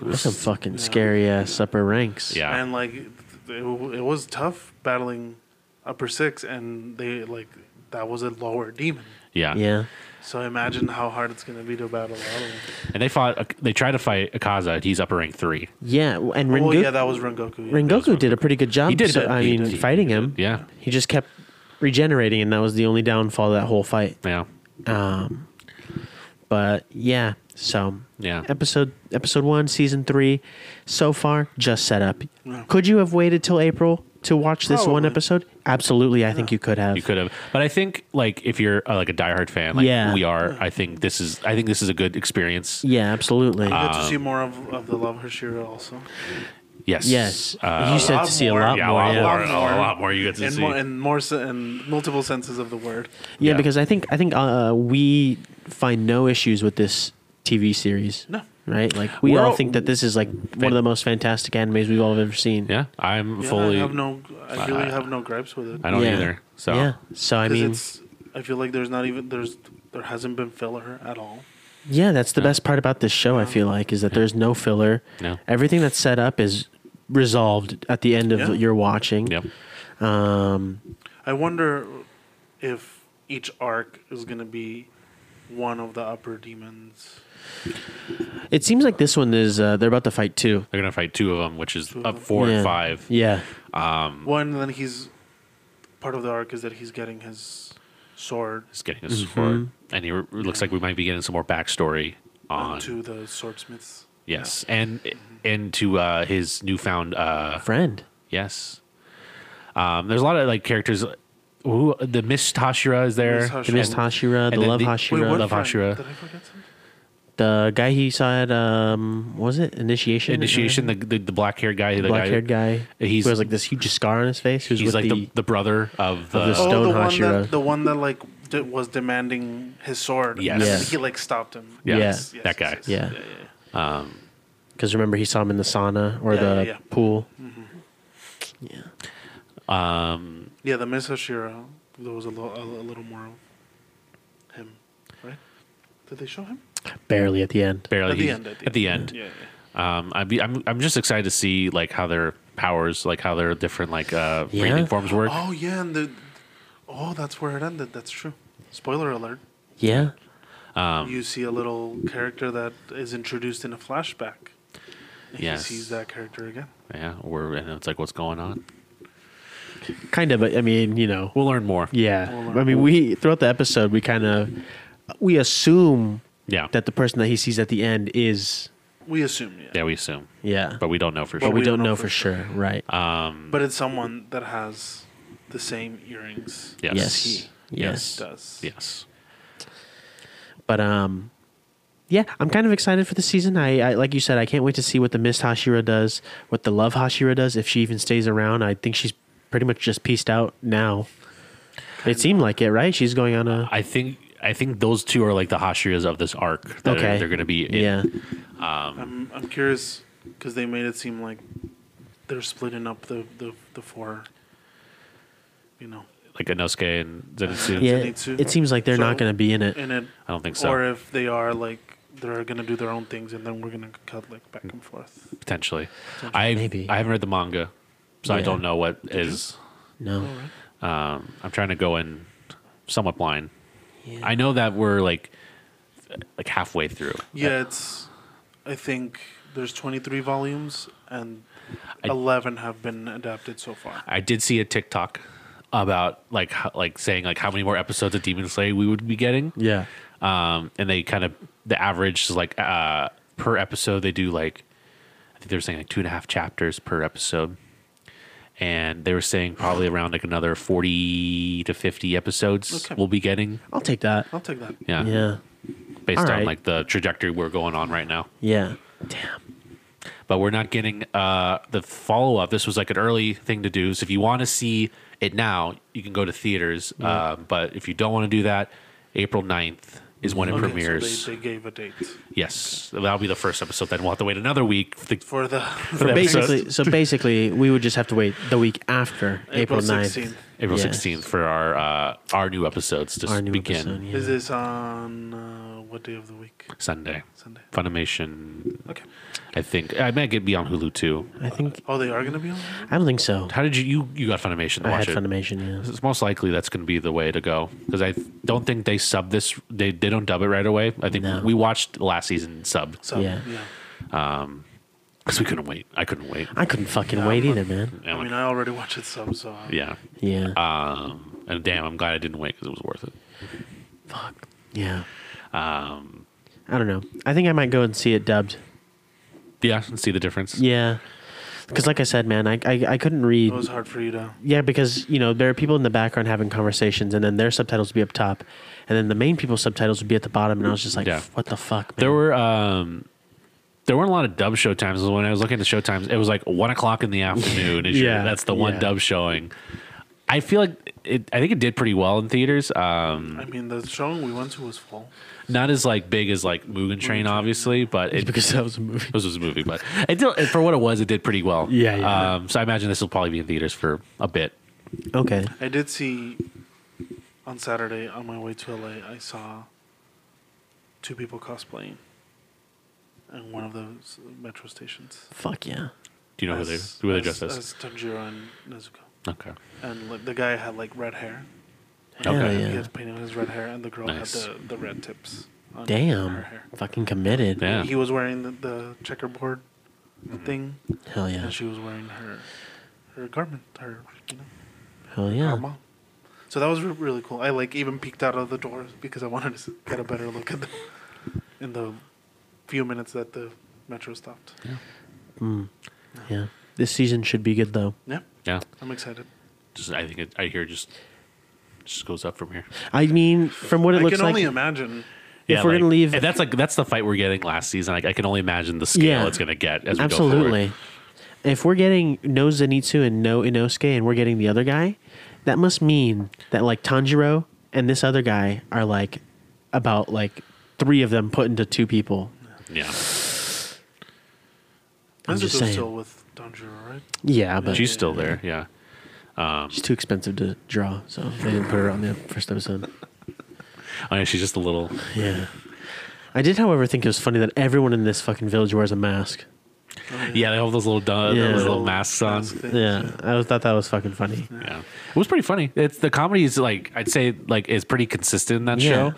[SPEAKER 3] There's some fucking scary ass upper ranks.
[SPEAKER 4] yeah.
[SPEAKER 5] And like, th- it, w- it was tough battling upper six, and they like that was a lower demon.
[SPEAKER 4] Yeah.
[SPEAKER 3] Yeah.
[SPEAKER 5] So imagine how hard it's gonna be to battle all of them.
[SPEAKER 4] And they fought. uh, They tried to fight Akaza. and He's upper rank three.
[SPEAKER 3] Yeah. w- And
[SPEAKER 5] Oh
[SPEAKER 3] Rengoku,
[SPEAKER 5] yeah, that was Rengoku. Yeah.
[SPEAKER 3] Rengoku did a pretty good job.
[SPEAKER 4] He did
[SPEAKER 3] so-
[SPEAKER 4] good.
[SPEAKER 3] I
[SPEAKER 4] He
[SPEAKER 3] mean,
[SPEAKER 4] did.
[SPEAKER 3] fighting him.
[SPEAKER 4] Yeah.
[SPEAKER 3] He just kept regenerating, and that was the only downfall of that whole fight.
[SPEAKER 4] Yeah.
[SPEAKER 3] Um, but yeah, so
[SPEAKER 4] Yeah.
[SPEAKER 3] episode episode one, season three, so far just set up.
[SPEAKER 5] Yeah.
[SPEAKER 3] Could you have waited till April to watch this one
[SPEAKER 5] Probably.
[SPEAKER 3] episode? Absolutely, I think you could have.
[SPEAKER 4] You could have, but I think like if you're uh, like a diehard fan, like
[SPEAKER 3] Yeah.
[SPEAKER 4] we are, I think this is, I think this is a good experience.
[SPEAKER 3] Yeah, absolutely.
[SPEAKER 4] Uh,
[SPEAKER 5] You get to
[SPEAKER 4] Um,
[SPEAKER 5] see more of, of the love Hashira also,
[SPEAKER 4] Yes,
[SPEAKER 3] yes,
[SPEAKER 4] uh,
[SPEAKER 3] you said
[SPEAKER 5] lot
[SPEAKER 3] to see a
[SPEAKER 5] more.
[SPEAKER 3] lot
[SPEAKER 4] yeah, a
[SPEAKER 3] more.
[SPEAKER 4] lot
[SPEAKER 3] yeah.
[SPEAKER 4] more, a lot more. You get to
[SPEAKER 5] and
[SPEAKER 4] see.
[SPEAKER 5] more and more se- and multiple senses of the word.
[SPEAKER 3] Yeah,
[SPEAKER 4] Yeah.
[SPEAKER 3] because I think I think uh, we find no issues with this TV series.
[SPEAKER 5] No.
[SPEAKER 3] Right? Like we
[SPEAKER 4] We're
[SPEAKER 3] all
[SPEAKER 4] all-
[SPEAKER 3] think that this is like one of the most fantastic animes we've all ever seen.
[SPEAKER 4] yeah, I'm
[SPEAKER 5] Yeah,
[SPEAKER 4] fully.
[SPEAKER 5] I have no, I really
[SPEAKER 4] I-
[SPEAKER 5] have no gripes with it.
[SPEAKER 4] I don't
[SPEAKER 3] Yeah.
[SPEAKER 4] either. So
[SPEAKER 3] Yeah. So I
[SPEAKER 5] 'Cause
[SPEAKER 3] mean
[SPEAKER 5] it's, I feel like there's not even there's there hasn't been filler at all.
[SPEAKER 3] Yeah, that's the best part about this show, I feel like, is that there's no filler.
[SPEAKER 4] No.
[SPEAKER 3] Everything that's set up is resolved at the end of
[SPEAKER 5] Yeah.
[SPEAKER 3] your watching.
[SPEAKER 4] Yep.
[SPEAKER 3] Um
[SPEAKER 5] I wonder if each arc is gonna be one of the upper demons.
[SPEAKER 3] it seems like this one is uh, they're about to fight two.
[SPEAKER 4] They're gonna fight two of them, which is
[SPEAKER 5] of
[SPEAKER 4] up
[SPEAKER 5] them.
[SPEAKER 4] four
[SPEAKER 3] yeah.
[SPEAKER 4] and five.
[SPEAKER 3] Yeah.
[SPEAKER 5] One, then he's part of the arc is that he's getting his sword
[SPEAKER 4] He's getting a sword,
[SPEAKER 3] Mm-hmm.
[SPEAKER 4] and he it looks like we might be getting some more backstory on.
[SPEAKER 5] onto the swordsmiths.
[SPEAKER 4] yes, and and to uh, his newfound. Uh,
[SPEAKER 3] Friend.
[SPEAKER 4] yes, um, there's a lot of like characters. Who the Miss Tashira is there?
[SPEAKER 5] Miss Hashira.
[SPEAKER 3] The Miss
[SPEAKER 5] And-
[SPEAKER 3] Hashira, the
[SPEAKER 4] then
[SPEAKER 3] Love
[SPEAKER 4] the-
[SPEAKER 3] Hashira.
[SPEAKER 4] Wait, what
[SPEAKER 5] friend?
[SPEAKER 4] Love Hashira.
[SPEAKER 5] Did I forget something?
[SPEAKER 3] the guy he saw at um what was it initiation
[SPEAKER 4] Initiation, the the, the black haired guy, the
[SPEAKER 3] black haired guy
[SPEAKER 4] He's-
[SPEAKER 3] who has like this huge scar on his face who's
[SPEAKER 4] He's
[SPEAKER 3] with
[SPEAKER 4] like the,
[SPEAKER 3] the,
[SPEAKER 4] the, brother of the.
[SPEAKER 3] the stone-
[SPEAKER 5] oh, the one
[SPEAKER 3] Hashira.
[SPEAKER 5] that the one that like d- was demanding his sword.
[SPEAKER 4] Yes.
[SPEAKER 5] and then
[SPEAKER 3] Yes.
[SPEAKER 5] he like stopped him.
[SPEAKER 4] Yeah.
[SPEAKER 3] Yes.
[SPEAKER 4] That guy.
[SPEAKER 3] Yeah.
[SPEAKER 5] yeah.
[SPEAKER 3] because remember he saw him in the sauna or
[SPEAKER 5] Yeah,
[SPEAKER 3] the
[SPEAKER 5] yeah, yeah.
[SPEAKER 3] pool
[SPEAKER 4] um,
[SPEAKER 5] Yeah, the Miss Hashira. There was a little, a, a little more of him, right? Did they show him?
[SPEAKER 3] barely at the end
[SPEAKER 4] barely
[SPEAKER 5] At the
[SPEAKER 4] he's-
[SPEAKER 5] end, at the
[SPEAKER 4] At the end.
[SPEAKER 5] Yeah,
[SPEAKER 4] Um, I'd be, I'm I'm just excited to see like how their powers, like how their different like uh,
[SPEAKER 3] Yeah.
[SPEAKER 4] breathing forms work.
[SPEAKER 5] Oh yeah, and the oh that's where it ended. That's true. Spoiler alert.
[SPEAKER 3] yeah
[SPEAKER 5] you see a little character that is introduced in a flashback. And
[SPEAKER 4] Yes.
[SPEAKER 5] He sees that character again.
[SPEAKER 4] Yeah, we're and it's like what's going on.
[SPEAKER 3] kind of but i mean you know
[SPEAKER 4] We'll learn more.
[SPEAKER 3] yeah
[SPEAKER 5] Well,
[SPEAKER 3] i mean we throughout the episode we kind of we assume
[SPEAKER 4] yeah,
[SPEAKER 3] that the person that he sees at the end is
[SPEAKER 5] We assume, yeah.
[SPEAKER 4] yeah. We assume,
[SPEAKER 3] yeah
[SPEAKER 4] but we don't know for
[SPEAKER 3] but Ah,
[SPEAKER 4] sure.
[SPEAKER 3] we, don't know for sure, right
[SPEAKER 5] But it's someone that has the same earrings.
[SPEAKER 4] Yes.
[SPEAKER 3] yes
[SPEAKER 5] He-
[SPEAKER 3] yes
[SPEAKER 5] Does.
[SPEAKER 4] Yes.
[SPEAKER 3] But um, yeah, I'm kind of excited for the season. I, I like you said, I can't wait to see what the Miss Hashira does, what the Love Hashira does, if she even stays around. I think she's pretty much just pieced out now. It seemed like it, right? She's going on a
[SPEAKER 4] I think I think those two are like the Hashiras of this arc. That
[SPEAKER 3] okay.
[SPEAKER 4] Are, they're going to be. in.
[SPEAKER 3] yeah,
[SPEAKER 5] I'm, I'm curious because they made it seem like they're splitting up the, the, the four, you know,
[SPEAKER 4] like Inosuke and Zenitsu.
[SPEAKER 3] yeah.
[SPEAKER 5] Zenitsu.
[SPEAKER 3] It seems like they're not
[SPEAKER 5] So-
[SPEAKER 3] going to be in it.
[SPEAKER 5] in it.
[SPEAKER 4] I don't think so.
[SPEAKER 5] Or if they are, like, they're going to do their own things and then we're going to cut, like, back and forth.
[SPEAKER 4] potentially. I
[SPEAKER 3] Maybe.
[SPEAKER 4] I haven't read the manga, so I
[SPEAKER 3] Yeah.
[SPEAKER 4] don't know what is.
[SPEAKER 3] No,
[SPEAKER 4] Um, I'm trying to go in somewhat blind. I know that we're like like halfway through.
[SPEAKER 5] Yeah, it's, I think there's 23 volumes and
[SPEAKER 4] I-
[SPEAKER 5] 11 have been adapted so far.
[SPEAKER 4] I did see a TikTok about like how, like saying like how many more episodes of Demon Slayer we would be getting.
[SPEAKER 3] yeah,
[SPEAKER 4] Um, and they kind of the average is like uh per episode they do like I think they were saying like two and a half chapters per episode. And they were saying probably around like another forty to fifty episodes
[SPEAKER 5] Okay.
[SPEAKER 4] we'll be getting.
[SPEAKER 3] I'll take that.
[SPEAKER 5] I'll take that.
[SPEAKER 4] Yeah.
[SPEAKER 3] Yeah,
[SPEAKER 4] Based
[SPEAKER 3] All
[SPEAKER 4] on
[SPEAKER 3] right.
[SPEAKER 4] like the trajectory we're going on right now.
[SPEAKER 3] yeah. Damn.
[SPEAKER 4] but we're not getting uh, the follow up. This was like an early thing to do. So if you want to see it now, you can go to theaters. Uh, but if you don't want to do that, April 9th is when it
[SPEAKER 5] Okay, so
[SPEAKER 4] premieres.
[SPEAKER 5] they, they gave a date
[SPEAKER 4] yes, that'll be the first episode. Then we'll have to wait another week. For the,
[SPEAKER 5] for the
[SPEAKER 4] the
[SPEAKER 3] Basically, so basically, we would just have to wait the week after April,
[SPEAKER 5] April
[SPEAKER 3] 9th.
[SPEAKER 5] 16th.
[SPEAKER 4] April
[SPEAKER 3] Yes.
[SPEAKER 4] sixteenth for our uh, our new episodes to
[SPEAKER 3] Our new
[SPEAKER 4] begin
[SPEAKER 3] episode. Yeah.
[SPEAKER 5] Is this on uh, what day of the week?
[SPEAKER 4] Sunday.
[SPEAKER 5] Sunday.
[SPEAKER 4] Funimation,
[SPEAKER 5] Okay.
[SPEAKER 4] I think. I might get be on Hulu too.
[SPEAKER 3] I think
[SPEAKER 5] Oh, they are gonna be on. there?
[SPEAKER 3] I don't think so.
[SPEAKER 4] How did you you, you got Funimation? To
[SPEAKER 3] I
[SPEAKER 4] watch
[SPEAKER 3] had
[SPEAKER 4] it.
[SPEAKER 3] Funimation. Yeah.
[SPEAKER 4] It's most likely that's going to be the way to go because I th- don't think they sub this. They they don't dub it right away. I think
[SPEAKER 3] No.
[SPEAKER 4] we watched last season sub
[SPEAKER 5] So
[SPEAKER 3] Yeah.
[SPEAKER 4] because we couldn't wait. I couldn't wait.
[SPEAKER 3] I couldn't fucking wait either, man.
[SPEAKER 4] And
[SPEAKER 5] I mean, I already watch it sub, so uh, I-
[SPEAKER 4] yeah.
[SPEAKER 3] Yeah.
[SPEAKER 4] Um, and damn, I'm glad I didn't wait because it was worth it.
[SPEAKER 3] Fuck. Yeah. Um,
[SPEAKER 4] um,
[SPEAKER 3] I don't know. I think I might go and see it dubbed.
[SPEAKER 4] Yeah, I can see the difference.
[SPEAKER 3] Yeah. Because, like I said, man, I, I, I couldn't read.
[SPEAKER 4] Oh,
[SPEAKER 5] it was hard for you to.
[SPEAKER 3] Yeah, because, you know, there are people in the background having conversations, and then their subtitles would be up top, and then the main people's subtitles would be at the bottom, and I was just like,
[SPEAKER 4] Yeah.
[SPEAKER 3] what the fuck, man?
[SPEAKER 4] There were um, there weren't a lot of dub show times. When I was looking at the show times, it was like one o'clock in the afternoon. Is yeah,
[SPEAKER 3] Yeah,
[SPEAKER 4] that's the one
[SPEAKER 3] yeah.
[SPEAKER 4] dub showing. I feel like it. I think it did pretty well in theaters. Um,
[SPEAKER 5] I mean, the showing we went to was full.
[SPEAKER 4] not as like big as like Mugen Train, obviously, but it
[SPEAKER 3] because that was a movie.
[SPEAKER 4] This was a movie, but it did, for what it was, it did pretty well.
[SPEAKER 3] Yeah, yeah.
[SPEAKER 4] Um, so I imagine this will probably be in theaters for a bit.
[SPEAKER 3] Okay.
[SPEAKER 5] I did see on Saturday on my way to LA. I saw two people cosplaying in one of those metro stations.
[SPEAKER 3] Fuck yeah.
[SPEAKER 4] Do you know
[SPEAKER 5] As-
[SPEAKER 4] who they who they dress as?
[SPEAKER 5] as Tanjiro and Nezuko.
[SPEAKER 4] okay.
[SPEAKER 5] And like, the guy had like red hair.
[SPEAKER 3] Hell
[SPEAKER 4] Okay.
[SPEAKER 5] He
[SPEAKER 3] yeah.
[SPEAKER 5] had paint on his red hair, and the girl
[SPEAKER 4] Nice.
[SPEAKER 5] had the, the red tips. On
[SPEAKER 3] Damn.
[SPEAKER 5] Her hair.
[SPEAKER 3] Fucking committed.
[SPEAKER 4] Yeah.
[SPEAKER 5] He was wearing the, the checkerboard
[SPEAKER 4] Mm-hmm.
[SPEAKER 5] thing,
[SPEAKER 3] Hell yeah.
[SPEAKER 5] and she was wearing her her garment, her you know,
[SPEAKER 3] Hell
[SPEAKER 5] her
[SPEAKER 3] yeah.
[SPEAKER 5] mom. So that was re- really cool. I like even peeked out of the doors because I wanted to s- get a better look at the in the few minutes that the metro stopped.
[SPEAKER 3] Yeah. This season should be good, though.
[SPEAKER 5] Yeah,
[SPEAKER 4] Yeah.
[SPEAKER 5] I'm excited.
[SPEAKER 4] Just I think it, I hear just just goes up from here.
[SPEAKER 3] I mean, from what it
[SPEAKER 5] I
[SPEAKER 3] looks
[SPEAKER 5] can
[SPEAKER 3] like.
[SPEAKER 5] only imagine.
[SPEAKER 3] If we're
[SPEAKER 4] like-
[SPEAKER 3] gonna leave-
[SPEAKER 4] and that's like that's the fight we're getting last season. Like I can only imagine the scale
[SPEAKER 3] Yeah.
[SPEAKER 4] it's gonna get as we go forward.
[SPEAKER 3] Absolutely. If we're getting no Zenitsu and no Inosuke and we're getting the other guy, that must mean that like Tanjiro and this other guy are like about like three of them put into two people.
[SPEAKER 4] Yeah.
[SPEAKER 3] I'm
[SPEAKER 5] Nezuko's
[SPEAKER 3] just saying.
[SPEAKER 5] still with Donjiro, right?
[SPEAKER 3] Yeah, but
[SPEAKER 4] She's still there. Yeah.
[SPEAKER 3] she's too expensive to draw, so they didn't put her on the first episode.
[SPEAKER 4] Oh yeah, she's just a little.
[SPEAKER 3] Yeah. I did, however, think it was funny that everyone in this fucking village wears a mask.
[SPEAKER 4] Yeah, they have those little du-
[SPEAKER 3] Yeah.
[SPEAKER 4] those little
[SPEAKER 5] Little
[SPEAKER 4] masks on.
[SPEAKER 5] mask things,
[SPEAKER 3] Yeah, I was- thought that was fucking funny.
[SPEAKER 4] Yeah, it was pretty funny. It's the comedy is like I'd say like is pretty consistent in that
[SPEAKER 3] Yeah.
[SPEAKER 4] show.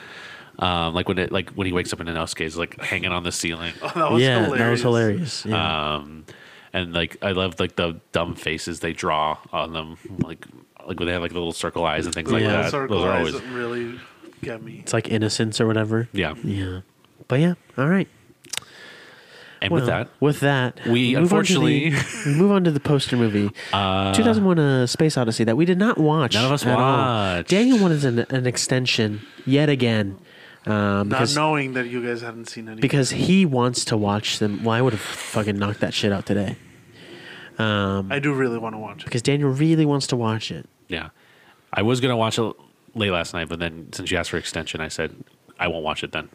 [SPEAKER 4] Um, like when it like when he wakes up in Inosuke is like hanging on the ceiling.
[SPEAKER 5] Oh, that was
[SPEAKER 3] yeah,
[SPEAKER 5] hilarious.
[SPEAKER 3] that was hilarious. Yeah.
[SPEAKER 4] Um, and like I love like the dumb faces they draw on them, like like when they have like the little circle eyes and things
[SPEAKER 5] The
[SPEAKER 4] like
[SPEAKER 5] little
[SPEAKER 4] that.
[SPEAKER 5] circle
[SPEAKER 4] Those are
[SPEAKER 5] eyes
[SPEAKER 4] always
[SPEAKER 5] really get me.
[SPEAKER 3] it's like innocence or whatever.
[SPEAKER 4] yeah.
[SPEAKER 3] Yeah. But yeah, all right.
[SPEAKER 4] And
[SPEAKER 3] Well,
[SPEAKER 4] with that,
[SPEAKER 3] with that,
[SPEAKER 4] we
[SPEAKER 3] move on to the-
[SPEAKER 4] unfortunately- Uh,
[SPEAKER 3] we move on to the poster movie, 2001: A uh, Space Odyssey, that we did not watch.
[SPEAKER 4] None of us
[SPEAKER 3] at all.
[SPEAKER 4] watched.
[SPEAKER 3] Daniel wanted an, an extension yet again, um,
[SPEAKER 5] Not
[SPEAKER 3] because
[SPEAKER 5] knowing that you guys hadn't seen any.
[SPEAKER 3] because he wants to watch them. Well, I would have fucking knocked that shit out today,
[SPEAKER 5] I do really want to watch it.
[SPEAKER 3] because Daniel really wants to watch it.
[SPEAKER 4] yeah, I was gonna watch it late last night, but then since you asked for extension, I said I won't watch it then.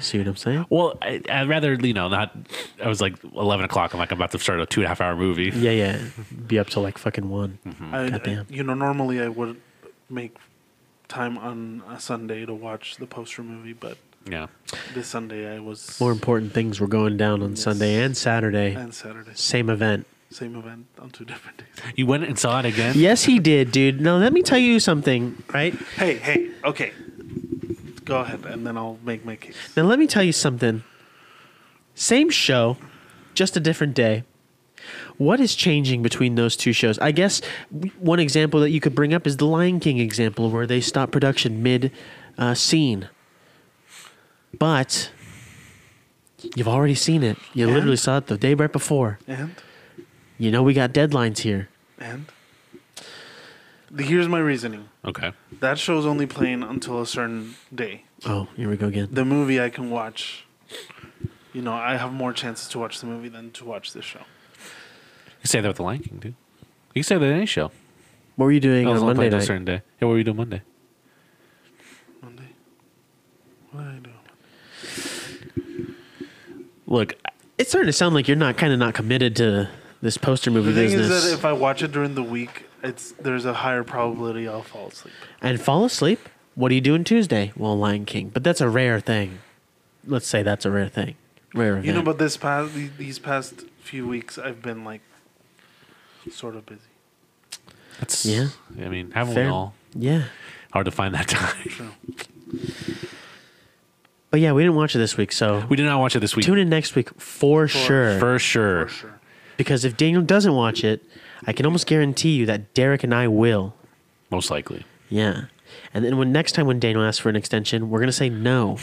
[SPEAKER 3] See what I'm saying?
[SPEAKER 4] Well, I, I'd rather you know not. I was like eleven o'clock. I'm like I'm about to start a two and a half hour movie.
[SPEAKER 3] Yeah, yeah. Be up till like fucking one.
[SPEAKER 4] Mm-hmm.
[SPEAKER 5] I, I,
[SPEAKER 3] Goddamn.
[SPEAKER 5] you know, normally I would make time on a Sunday to watch the poster movie, but
[SPEAKER 4] Yeah.
[SPEAKER 5] this Sunday I was
[SPEAKER 3] More important things were going down on Sunday and Saturday.
[SPEAKER 5] and Saturday,
[SPEAKER 3] Same event.
[SPEAKER 5] same event on two different days.
[SPEAKER 4] You went and saw it again?
[SPEAKER 3] Yes, he did, dude. Now let me tell you something, right?
[SPEAKER 5] Hey, hey, okay, go ahead, and then I'll make my case.
[SPEAKER 3] Now let me tell you something. Same show, just a different day. What is changing between those two shows? I guess w- one example that you could bring up is the Lion King example, where they stopped production mid uh, scene. But you've already seen it. You
[SPEAKER 5] And?
[SPEAKER 3] literally saw it the day right before.
[SPEAKER 5] And
[SPEAKER 3] You know we got deadlines here.
[SPEAKER 5] and The- here's my reasoning.
[SPEAKER 4] Okay.
[SPEAKER 5] That show's only playing until a certain day.
[SPEAKER 3] Oh, here we go again.
[SPEAKER 5] The movie I can watch. You know, I have more chances to watch the movie than to watch this show.
[SPEAKER 4] You can say that with the Lion King, dude. You can say that any show.
[SPEAKER 3] What were you doing
[SPEAKER 4] I
[SPEAKER 3] on
[SPEAKER 4] was only
[SPEAKER 3] Monday
[SPEAKER 4] playing a
[SPEAKER 3] night?
[SPEAKER 4] certain day. Yeah, what were you doing Monday?
[SPEAKER 5] Monday. What did I do?
[SPEAKER 4] Look,
[SPEAKER 3] It's starting to sound like you're not kind of not committed to this poster movie
[SPEAKER 5] The thing
[SPEAKER 3] business.
[SPEAKER 5] is that if I watch it during the week, it's there's a higher probability I'll fall asleep.
[SPEAKER 3] and fall asleep. What are you doing Tuesday? Well, Lion King, but that's a rare thing. Let's say that's a rare thing. Rare event.
[SPEAKER 5] You know, but this past the- these past few weeks, I've been like sort of busy.
[SPEAKER 4] That's
[SPEAKER 3] Yeah.
[SPEAKER 4] I mean, haven't
[SPEAKER 3] Fair.
[SPEAKER 4] we all?
[SPEAKER 3] yeah,
[SPEAKER 4] Hard to find that time.
[SPEAKER 5] True.
[SPEAKER 3] but yeah, we didn't watch it this week, so
[SPEAKER 4] We did not watch it this week.
[SPEAKER 3] tune in next week for, sure.
[SPEAKER 4] for sure.
[SPEAKER 5] For sure.
[SPEAKER 3] because if Daniel doesn't watch it, I can almost guarantee you that Derek and I will.
[SPEAKER 4] Most likely.
[SPEAKER 3] Yeah, and then when next time when Daniel asks for an extension, we're gonna say no.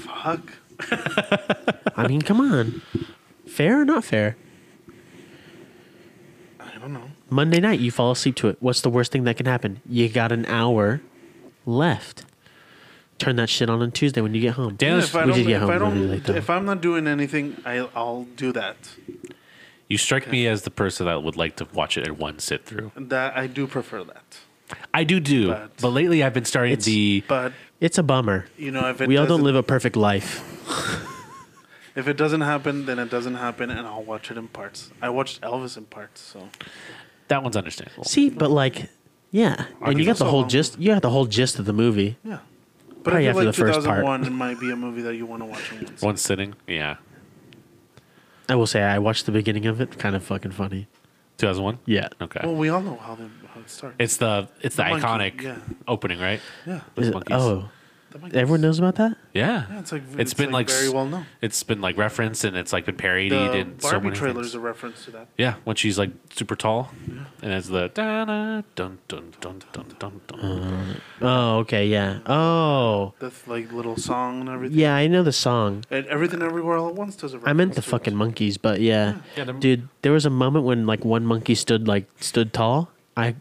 [SPEAKER 5] Fuck.
[SPEAKER 3] I mean, come on, fair or not fair?
[SPEAKER 5] I don't know.
[SPEAKER 3] Monday night, you fall asleep to it. What's the worst thing that can happen? You got an hour left. Turn that shit on on Tuesday when you get home.
[SPEAKER 4] Dan- Yeah,
[SPEAKER 5] if I
[SPEAKER 3] we
[SPEAKER 5] don't,
[SPEAKER 3] did get
[SPEAKER 5] if I
[SPEAKER 3] home really
[SPEAKER 5] don't,
[SPEAKER 3] late, though.
[SPEAKER 5] if I'm not doing anything, I, I'll do that.
[SPEAKER 4] You strike me as the person that would like to watch it in one sit through.
[SPEAKER 5] That I do prefer that.
[SPEAKER 4] I do do, but,
[SPEAKER 5] But-
[SPEAKER 4] lately I've been starting
[SPEAKER 3] It's-
[SPEAKER 4] the.
[SPEAKER 5] But
[SPEAKER 3] It's a bummer.
[SPEAKER 5] you know, if it
[SPEAKER 3] We all don't
[SPEAKER 5] doesn't-
[SPEAKER 3] live a perfect life.
[SPEAKER 5] if it doesn't happen, then it doesn't happen, and I'll watch it in parts. I watched Elvis in parts, so
[SPEAKER 4] That one's understandable.
[SPEAKER 3] See, but like, yeah, and you
[SPEAKER 5] can
[SPEAKER 3] got the
[SPEAKER 5] also-
[SPEAKER 3] whole gist. You got the whole gist of the movie.
[SPEAKER 5] yeah. But
[SPEAKER 3] Probably
[SPEAKER 5] I
[SPEAKER 3] after
[SPEAKER 5] feel like
[SPEAKER 3] the first part.
[SPEAKER 5] 2001 might be a movie that you want to watch in once.
[SPEAKER 4] One sitting, yeah.
[SPEAKER 3] I will say, I watched the beginning of it. Kind of fucking funny.
[SPEAKER 4] 2001.
[SPEAKER 3] Yeah.
[SPEAKER 4] Okay.
[SPEAKER 5] Well, we all know how, they, how it starts.
[SPEAKER 4] it's the it's Oh. the,
[SPEAKER 5] monkey,
[SPEAKER 4] iconic
[SPEAKER 5] yeah.
[SPEAKER 4] opening, right?
[SPEAKER 5] yeah.
[SPEAKER 4] Those
[SPEAKER 3] Is-
[SPEAKER 4] monkeys.
[SPEAKER 3] oh,
[SPEAKER 5] The monkeys.
[SPEAKER 3] everyone knows about that.
[SPEAKER 4] Yeah.
[SPEAKER 5] Yeah, it's like
[SPEAKER 4] it's been like,
[SPEAKER 5] very
[SPEAKER 4] s-
[SPEAKER 5] well known.
[SPEAKER 4] It's been like referenced and it's like been parodied
[SPEAKER 5] The
[SPEAKER 4] in so
[SPEAKER 5] Barbie
[SPEAKER 4] many
[SPEAKER 5] trailer
[SPEAKER 4] things.
[SPEAKER 5] is a reference to that.
[SPEAKER 4] Yeah, when she's like super tall, and it's the da dun dun dun dun dun dun.
[SPEAKER 3] Oh, okay, yeah. Oh,
[SPEAKER 5] That's like little song and everything.
[SPEAKER 3] yeah. I know the song.
[SPEAKER 5] And everything everywhere all at once does a reference.
[SPEAKER 3] I meant the
[SPEAKER 5] to it.
[SPEAKER 3] fucking monkeys, but yeah,
[SPEAKER 4] Yeah, the-
[SPEAKER 3] dude, there was a moment when like one monkey stood like stood tall. I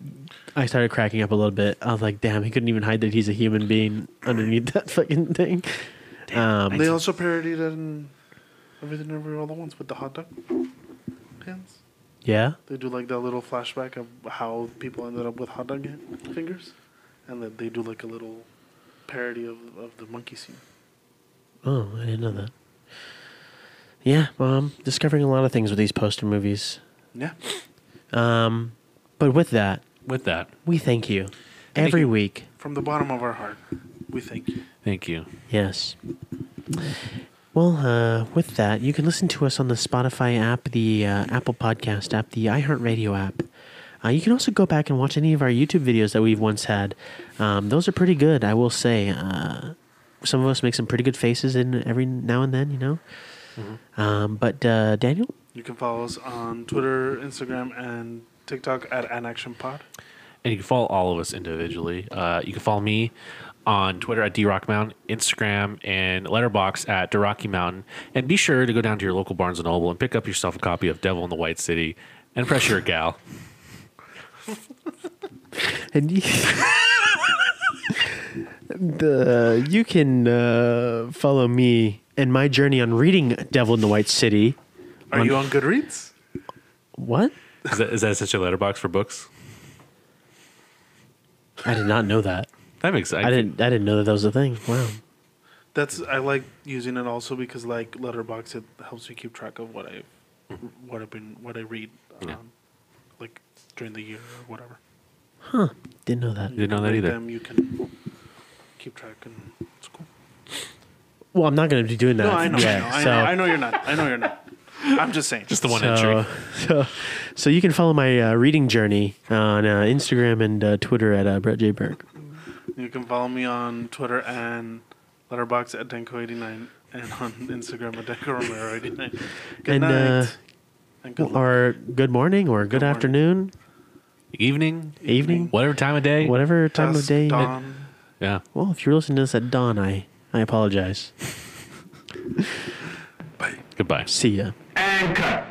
[SPEAKER 3] I started cracking up a little bit. I was like, damn, he couldn't even hide that he's a human being underneath that fucking thing. Um,
[SPEAKER 5] They also parodied it in everything everywhere all at once with the hot dog hands.
[SPEAKER 3] yeah,
[SPEAKER 5] They do like that little flashback of how people ended up with hot dog hand- fingers, and that they do like a little parody of, of the monkey scene.
[SPEAKER 3] Oh, I didn't know that. Yeah, well, I'm discovering a lot of things with these poster movies.
[SPEAKER 5] Yeah,
[SPEAKER 3] Um, but with that,
[SPEAKER 4] With that,
[SPEAKER 3] we thank you every
[SPEAKER 4] you.
[SPEAKER 3] week.
[SPEAKER 5] from the bottom of our heart, we thank you.
[SPEAKER 4] thank you.
[SPEAKER 3] Yes. Well, uh, with that, you can listen to us on the Spotify app, the uh, Apple Podcast app, the iHeartRadio app. Uh, you can also go back and watch any of our YouTube videos that we've once had. Um, those are pretty good, I will say. Uh, some of us make some pretty good faces in every now and then, you know. Um, but uh, Daniel,
[SPEAKER 5] You can follow us on Twitter, Instagram, and TikTok at An Action Pod.
[SPEAKER 4] And you can follow all of us individually. Uh, you can follow me on Twitter at drockmountain, Instagram and Letterbox at Rocky Mountain. And be sure to go down to your local Barnes and Noble and pick up yourself a copy of Devil in the White City and Pressure a Gal.
[SPEAKER 3] and you, the you can uh, follow me and my journey on reading Devil in the White City.
[SPEAKER 5] Are you on Goodreads?
[SPEAKER 3] What?
[SPEAKER 4] Is that, is that such a letterbox for books?
[SPEAKER 3] I did not know that.
[SPEAKER 4] That makes sense.
[SPEAKER 3] I didn't. I didn't know that that was a thing. Wow.
[SPEAKER 5] That's I like using it also because like Letterbox, it helps me keep track of what I,
[SPEAKER 3] Mm-hmm.
[SPEAKER 5] what I've been, what I read, um,
[SPEAKER 4] Yeah.
[SPEAKER 5] like during the year or whatever.
[SPEAKER 3] Didn't know that.
[SPEAKER 4] You didn't know that
[SPEAKER 5] Rate
[SPEAKER 4] either.
[SPEAKER 5] Them, you can keep track and it's cool.
[SPEAKER 3] Well, I'm not going to be doing that.
[SPEAKER 5] No, I know,
[SPEAKER 3] Yeah,
[SPEAKER 5] I, know
[SPEAKER 3] so,
[SPEAKER 5] I know, I know you're not. I know you're not. I'm just saying.
[SPEAKER 4] Just the one
[SPEAKER 3] so,
[SPEAKER 4] entry.
[SPEAKER 3] so, so you can follow my uh, reading journey on uh, Instagram and uh, Twitter at uh, Brett J Berg.
[SPEAKER 5] You can follow me on Twitter and Letterbox at Denko89 and on Instagram at Denko Romero89. Good
[SPEAKER 3] And,
[SPEAKER 5] night.
[SPEAKER 3] uh,
[SPEAKER 5] and good luck.
[SPEAKER 3] Or good morning, or good,
[SPEAKER 5] Good morning.
[SPEAKER 3] afternoon,
[SPEAKER 4] Evening,
[SPEAKER 3] evening,
[SPEAKER 4] whatever time of day.
[SPEAKER 3] whatever time of
[SPEAKER 5] Dusk,
[SPEAKER 3] day.
[SPEAKER 5] Dawn.
[SPEAKER 4] Yeah.
[SPEAKER 3] Well, if you're listening to this at dawn, I I apologize.
[SPEAKER 4] Goodbye.
[SPEAKER 3] See ya.
[SPEAKER 2] And cut.